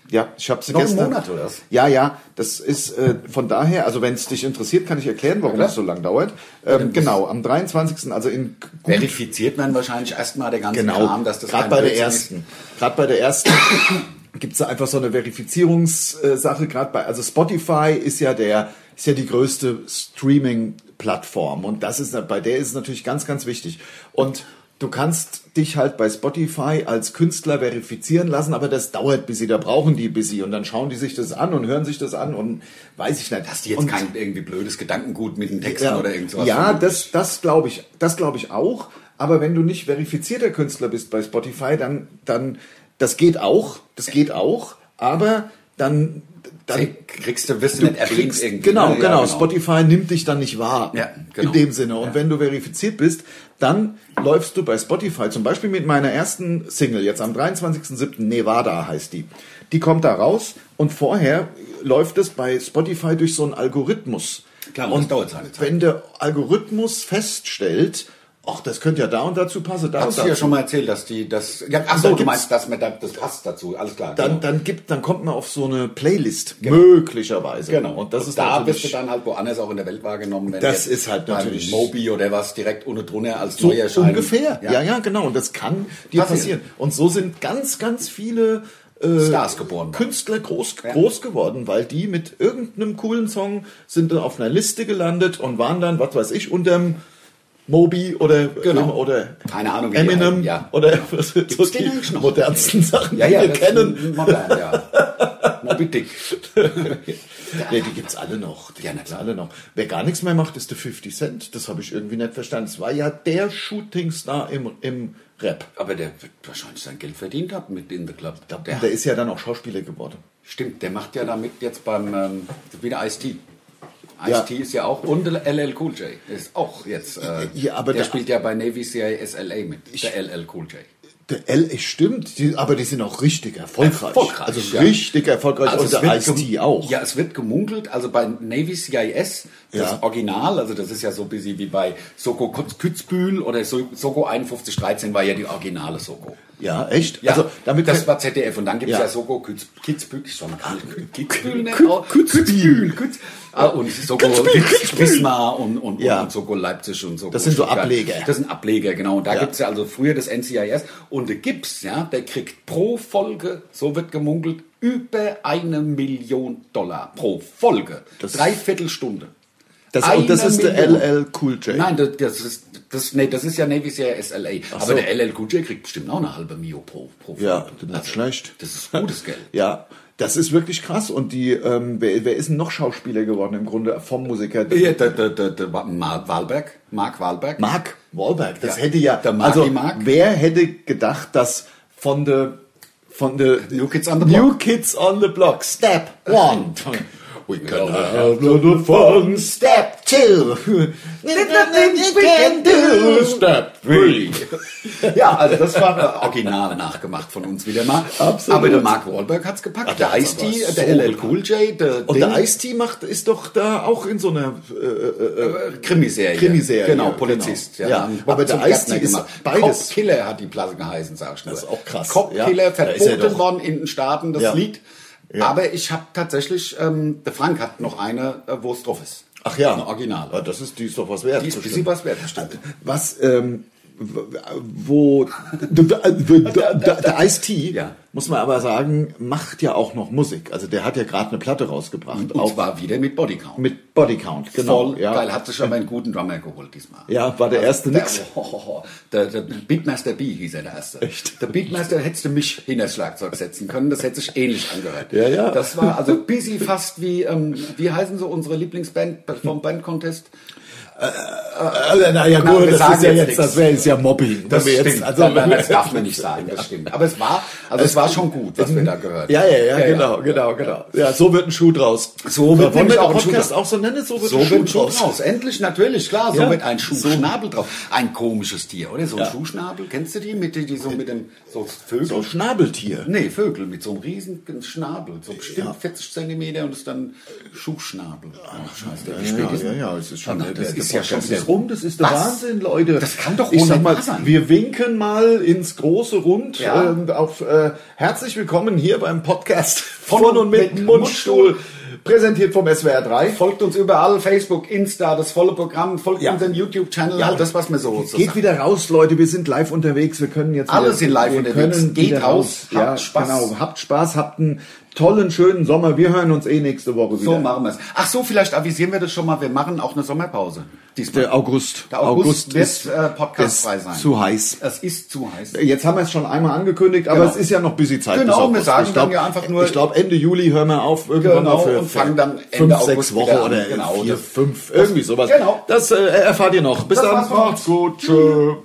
Speaker 2: Ja, ich habe sie
Speaker 3: Noch einen
Speaker 2: gestern.
Speaker 3: Monat, oder was?
Speaker 2: Ja, ja, das ist äh, von daher, also wenn es dich interessiert, kann ich erklären, warum
Speaker 3: klar.
Speaker 2: es so lang dauert. Ähm, genau, am 23., also in gut
Speaker 3: Verifiziert man wahrscheinlich erstmal der ganze
Speaker 2: genau.
Speaker 3: Kram, dass das
Speaker 2: Gerade
Speaker 3: kein
Speaker 2: bei der
Speaker 3: Blödsinn
Speaker 2: ersten. Gerade bei der ersten gibt's da einfach so eine Verifizierungssache. Gerade bei, also Spotify ist ja der, ist ja die größte Streaming-Plattform. Und das ist, bei der ist es natürlich ganz, ganz wichtig. Und du kannst dich halt bei Spotify als Künstler verifizieren lassen, aber das dauert bis sie, da brauchen die bis sie. Und dann schauen die sich das an und hören sich das an und weiß ich nicht.
Speaker 3: Dass die jetzt
Speaker 2: und
Speaker 3: kein irgendwie blödes Gedankengut mit den Texten
Speaker 2: ja,
Speaker 3: oder irgend sowas
Speaker 2: Ja,
Speaker 3: haben.
Speaker 2: das, das glaube ich, das glaube ich auch. Aber wenn du nicht verifizierter Künstler bist bei Spotify, dann, dann, das geht auch, das geht auch. Aber dann, dann
Speaker 3: Ey, kriegst du wirst du nicht erwähnt
Speaker 2: kriegst-
Speaker 3: irgendwie.
Speaker 2: Genau,
Speaker 3: ne? Ja,
Speaker 2: genau, Spotify nimmt dich dann nicht wahr.
Speaker 3: Ja, genau.
Speaker 2: In dem Sinne. Und wenn du verifiziert bist, dann läufst du bei Spotify, zum Beispiel mit meiner ersten Single, jetzt am 23.07. Nevada heißt die. Die kommt da raus und vorher läuft es bei Spotify durch so einen Algorithmus.
Speaker 3: Klar, und
Speaker 2: und
Speaker 3: das dauert seine Zeit.
Speaker 2: Wenn der Algorithmus feststellt, ach, das könnte ja da und dazu passen, da
Speaker 3: Hast
Speaker 2: und
Speaker 3: du ja
Speaker 2: dazu.
Speaker 3: schon mal erzählt, dass die das. Ja, ach
Speaker 2: Da
Speaker 3: so, du
Speaker 2: gibt's-
Speaker 3: meinst, dass man da, das passt dazu. Alles klar.
Speaker 2: Dann,
Speaker 3: genau.
Speaker 2: dann, gibt, dann kommt man auf so eine Playlist, möglicherweise.
Speaker 3: Genau.
Speaker 2: Und das ist
Speaker 3: da
Speaker 2: natürlich-
Speaker 3: bist du dann halt woanders auch in der Welt wahrgenommen. Wenn
Speaker 2: Das
Speaker 3: jetzt
Speaker 2: ist halt
Speaker 3: beim
Speaker 2: natürlich-
Speaker 3: Mobi oder was direkt ohne drunter als
Speaker 2: So
Speaker 3: neu erscheint.
Speaker 2: ungefähr. Ja. ja,
Speaker 3: ja.
Speaker 2: genau. Und das kann dir
Speaker 3: Passieren.
Speaker 2: passieren. Und so sind ganz, ganz viele äh,
Speaker 3: Stars geboren.
Speaker 2: Künstler groß, groß geworden, weil die mit irgendeinem coolen Song sind dann auf einer Liste gelandet und waren dann, was weiß ich, unterm Moby oder ähm,
Speaker 3: Genau.
Speaker 2: oder
Speaker 3: Keine Ahnung, wie die
Speaker 2: Eminem
Speaker 3: heißen, ja.
Speaker 2: oder was so
Speaker 3: den
Speaker 2: die
Speaker 3: eigentlich noch?
Speaker 2: modernsten Sachen,
Speaker 3: Ja, ja,
Speaker 2: die wir
Speaker 3: das ist
Speaker 2: kennen.
Speaker 3: ein Modern, ja. Moby Dick.
Speaker 2: Ja, die gibt's alle noch. Die
Speaker 3: Ja, na
Speaker 2: gibt's
Speaker 3: klar.
Speaker 2: alle noch. Wer gar nichts mehr macht, ist der 50 Cent. Das habe ich irgendwie nicht verstanden. Es war ja der Shootingstar im, im Rap.
Speaker 3: Aber der wird wahrscheinlich sein Geld verdient hat mit In the Club.
Speaker 2: Der, der ist ja dann auch Schauspieler geworden.
Speaker 3: Stimmt, der macht ja damit jetzt beim ähm, wieder Ice-T.
Speaker 2: Ja.
Speaker 3: Ice-T ist ja auch und LL Cool J ist auch jetzt. Äh,
Speaker 2: Ja, aber
Speaker 3: der
Speaker 2: da-
Speaker 3: spielt ja bei Navy CIS LA mit. der LL Cool J.
Speaker 2: Der L ist stimmt, die, aber die sind auch richtig erfolgreich.
Speaker 3: Erfolgreich,
Speaker 2: also
Speaker 3: ja.
Speaker 2: richtig erfolgreich. und der Ice-T
Speaker 3: Also gem-
Speaker 2: auch.
Speaker 3: Ja, es wird gemunkelt, also bei Navy CIS, das
Speaker 2: Ja.
Speaker 3: Original, also das ist ja so ein bisschen wie bei Soko Kutz- Kützbühel oder so- Soko 5113 war ja die originale Soko.
Speaker 2: Ja, echt?
Speaker 3: Ja,
Speaker 2: Also damit
Speaker 3: das war ZDF und dann gibt es
Speaker 2: Ja. Ah,
Speaker 3: ja, Soko Kütz, Kitzbühel, ich soll mal gar nicht- Kitzbühel nennen,
Speaker 2: Kü-
Speaker 3: oh,
Speaker 2: Kützbühel.
Speaker 3: Kützbühel, Kütz- Ah, und Soko
Speaker 2: Kitzbühel,
Speaker 3: Wis-
Speaker 2: Kitzbühel.
Speaker 3: Wismar und, und,
Speaker 2: Ja.
Speaker 3: und Soko Leipzig und Soko
Speaker 2: Das sind so
Speaker 3: Stuttgart.
Speaker 2: Ableger.
Speaker 3: Das sind Ableger, genau. Und da
Speaker 2: Ja.
Speaker 3: gibt's gibt es ja also früher das NCIS und der Gips, ja, der kriegt pro Folge, so wird gemunkelt, über eine Million Dollar pro Folge.
Speaker 2: Das-
Speaker 3: Dreiviertel Stunde.
Speaker 2: das, und das
Speaker 3: Eine
Speaker 2: ist der
Speaker 3: Million.
Speaker 2: LL Cool J.
Speaker 3: Nein, das, das ist das, nee, das ist ja Navy CIS LA. Aber
Speaker 2: so.
Speaker 3: der LL Cool J kriegt bestimmt auch eine halbe Mio pro, pro
Speaker 2: Ja,
Speaker 3: Folge.
Speaker 2: das ist nicht schlecht.
Speaker 3: Das ist gutes Geld.
Speaker 2: Ja, das ist wirklich krass. Und die, ähm, wer, wer ist denn noch Schauspieler geworden im Grunde vom Musiker?
Speaker 3: Ja, der, der, der, der Wa- Ma- Wahlberg, Mark Wahlberg.
Speaker 2: Mark Wahlberg, das
Speaker 3: Ja,
Speaker 2: hätte ja,
Speaker 3: der Marky
Speaker 2: also
Speaker 3: Mark.
Speaker 2: wer hätte gedacht, dass von der von der
Speaker 3: New Kids on the
Speaker 2: New
Speaker 3: Block.
Speaker 2: Kids on the Block Step One.
Speaker 3: We
Speaker 2: Gonna
Speaker 3: can
Speaker 2: have a little fun. Step two. Nothing we can do. Step three.
Speaker 3: ja, also das war äh, original nachgemacht von uns wieder mal.
Speaker 2: Absolut.
Speaker 3: Aber der Mark Wahlberg hat's gepackt. der
Speaker 2: der hat's
Speaker 3: Ice-T,
Speaker 2: aber
Speaker 3: der
Speaker 2: so
Speaker 3: LL Cool J, der,
Speaker 2: Und
Speaker 3: Ding,
Speaker 2: der Ice-T macht, ist doch da auch in so einer äh,
Speaker 3: äh, Krimiserie.
Speaker 2: Krimiserie,
Speaker 3: Genau, Polizist.
Speaker 2: genau.
Speaker 3: Ja,
Speaker 2: Ja,
Speaker 3: haben
Speaker 2: aber
Speaker 3: Bob
Speaker 2: der
Speaker 3: zum
Speaker 2: Ice-T
Speaker 3: Gärtner
Speaker 2: ist
Speaker 3: gemacht.
Speaker 2: beides.
Speaker 3: Cop-Killer hat die Platte geheißen, sag ich nur.
Speaker 2: Das ist auch krass,
Speaker 3: Cop-Killer,
Speaker 2: ja. Da ist er
Speaker 3: verboten
Speaker 2: doch.
Speaker 3: worden in den Staaten, das
Speaker 2: Ja.
Speaker 3: Lied.
Speaker 2: Ja.
Speaker 3: Aber ich habe tatsächlich, ähm, der Frank hat noch eine, äh, wo es drauf ist.
Speaker 2: Ach ja,
Speaker 3: Eine Original.
Speaker 2: Ah, Das ist, die ist doch was wert.
Speaker 3: Die ist ein
Speaker 2: bestimmt.
Speaker 3: bisschen was wert, bestimmt.
Speaker 2: Was ähm, wo äh, der Ice-T,
Speaker 3: Ja.
Speaker 2: muss man aber sagen, macht ja auch noch Musik. Also der hat ja gerade eine Platte rausgebracht,
Speaker 3: Und
Speaker 2: auch
Speaker 3: zwar wieder mit Bodycount.
Speaker 2: mit Body Count. Genau,
Speaker 3: Voll
Speaker 2: ja.
Speaker 3: geil. Hat sich aber einen guten Drummer geholt diesmal.
Speaker 2: Ja, war der erste
Speaker 3: Der,
Speaker 2: nix.
Speaker 3: oh, oh, oh. der, der Beatmaster B hieß er der erste.
Speaker 2: Echt?
Speaker 3: Der Beatmaster hättest du mich hinter das Schlagzeug setzen können, das hätte sich ähnlich angehört.
Speaker 2: Ja, ja.
Speaker 3: Das war also busy fast wie, ähm, wie heißen so unsere Lieblingsband vom Band Contest?
Speaker 2: Also, naja,
Speaker 3: Na,
Speaker 2: gut,
Speaker 3: wir
Speaker 2: das
Speaker 3: sagen
Speaker 2: ist ja
Speaker 3: jetzt
Speaker 2: jetzt,
Speaker 3: nix.
Speaker 2: das wäre jetzt ja Mobbing. wenn wir jetzt, also,
Speaker 3: Nein, nein, das darf man nicht sagen, das stimmt. Aber es war, also es war schon gut, was wir da gehört
Speaker 2: ja, ja, ja, genau, genau, genau. Ja, so wird ein Schuh draus.
Speaker 3: So wird
Speaker 2: Wollen
Speaker 3: nämlich
Speaker 2: wir
Speaker 3: auch
Speaker 2: den
Speaker 3: ein Schuh
Speaker 2: Podcast
Speaker 3: draus.
Speaker 2: auch so nennen? So wird
Speaker 3: So
Speaker 2: ein Schuh
Speaker 3: wird Schuh
Speaker 2: draus.
Speaker 3: draus. Endlich, natürlich, klar. So
Speaker 2: Ja.
Speaker 3: wird ein
Speaker 2: So.
Speaker 3: Schuhschnabel drauf. Ein komisches Tier, oder? So ein
Speaker 2: Ja.
Speaker 3: Schuhschnabel. Kennst du die? Mit, die, die so mit dem, so Vögel.
Speaker 2: So ein Schnabeltier.
Speaker 3: Nee, Vögel mit so einem riesigen Schnabel, so bestimmt 40 Zentimeter und ist dann Schuhschnabel. Ach, scheiße, wie spät ist
Speaker 2: ja, es ist schon,
Speaker 3: Ja, das
Speaker 2: der-
Speaker 3: ist
Speaker 2: der
Speaker 3: ja schon
Speaker 2: Podcast
Speaker 3: wieder-
Speaker 2: ist rum, das ist der
Speaker 3: Was?
Speaker 2: Wahnsinn, Leute.
Speaker 3: Das kann doch
Speaker 2: ich
Speaker 3: ohne
Speaker 2: sag mal,
Speaker 3: wahr sein.
Speaker 2: Wir winken mal ins große Rund
Speaker 3: Ja.
Speaker 2: ähm, auf äh, herzlich willkommen hier beim Podcast von,
Speaker 3: Von
Speaker 2: und mit,
Speaker 3: mit
Speaker 2: Mundstuhl, präsentiert vom SWR 3.
Speaker 3: Folgt uns überall, Facebook, Insta, das volle Programm, folgt
Speaker 2: Ja.
Speaker 3: unserem YouTube-Channel,
Speaker 2: Ja.
Speaker 3: all das, was mir so so
Speaker 2: Geht
Speaker 3: sagt.
Speaker 2: wieder raus, Leute. Wir sind live unterwegs. Wir können jetzt
Speaker 3: Alle
Speaker 2: wieder,
Speaker 3: sind live
Speaker 2: wir
Speaker 3: unterwegs.
Speaker 2: Können
Speaker 3: Geht
Speaker 2: wieder
Speaker 3: raus, habt
Speaker 2: ja,
Speaker 3: Spaß.
Speaker 2: Genau. Habt Spaß. Habt einen tollen, schönen Sommer. Wir hören uns eh nächste Woche wieder.
Speaker 3: So machen wir es. Ach so, vielleicht avisieren wir das schon mal, wir machen auch eine Sommerpause. Diesmal.
Speaker 2: Der August.
Speaker 3: Der August wird, äh, podcastfrei
Speaker 2: ist
Speaker 3: sein.
Speaker 2: Zu heiß.
Speaker 3: es ist zu heiß.
Speaker 2: Jetzt haben wir es schon einmal angekündigt, aber
Speaker 3: Genau.
Speaker 2: es ist ja noch busy Zeit.
Speaker 3: Genau, wir
Speaker 2: bis August.
Speaker 3: sagen
Speaker 2: Ich glaub,
Speaker 3: dann ja einfach nur-
Speaker 2: Ich glaube, Ende Juli hören wir auf, irgendwann
Speaker 3: Genau,
Speaker 2: mal für,
Speaker 3: und
Speaker 2: für
Speaker 3: fangen dann Ende
Speaker 2: fünf,
Speaker 3: August
Speaker 2: sechs Wochen
Speaker 3: wieder an.
Speaker 2: oder
Speaker 3: Genau,
Speaker 2: vier,
Speaker 3: das-
Speaker 2: fünf, irgendwie sowas.
Speaker 3: Genau.
Speaker 2: Das äh, erfahrt ihr noch. Bis
Speaker 3: Das
Speaker 2: dann.
Speaker 3: war's von uns.
Speaker 2: Macht's gut. Tschüss.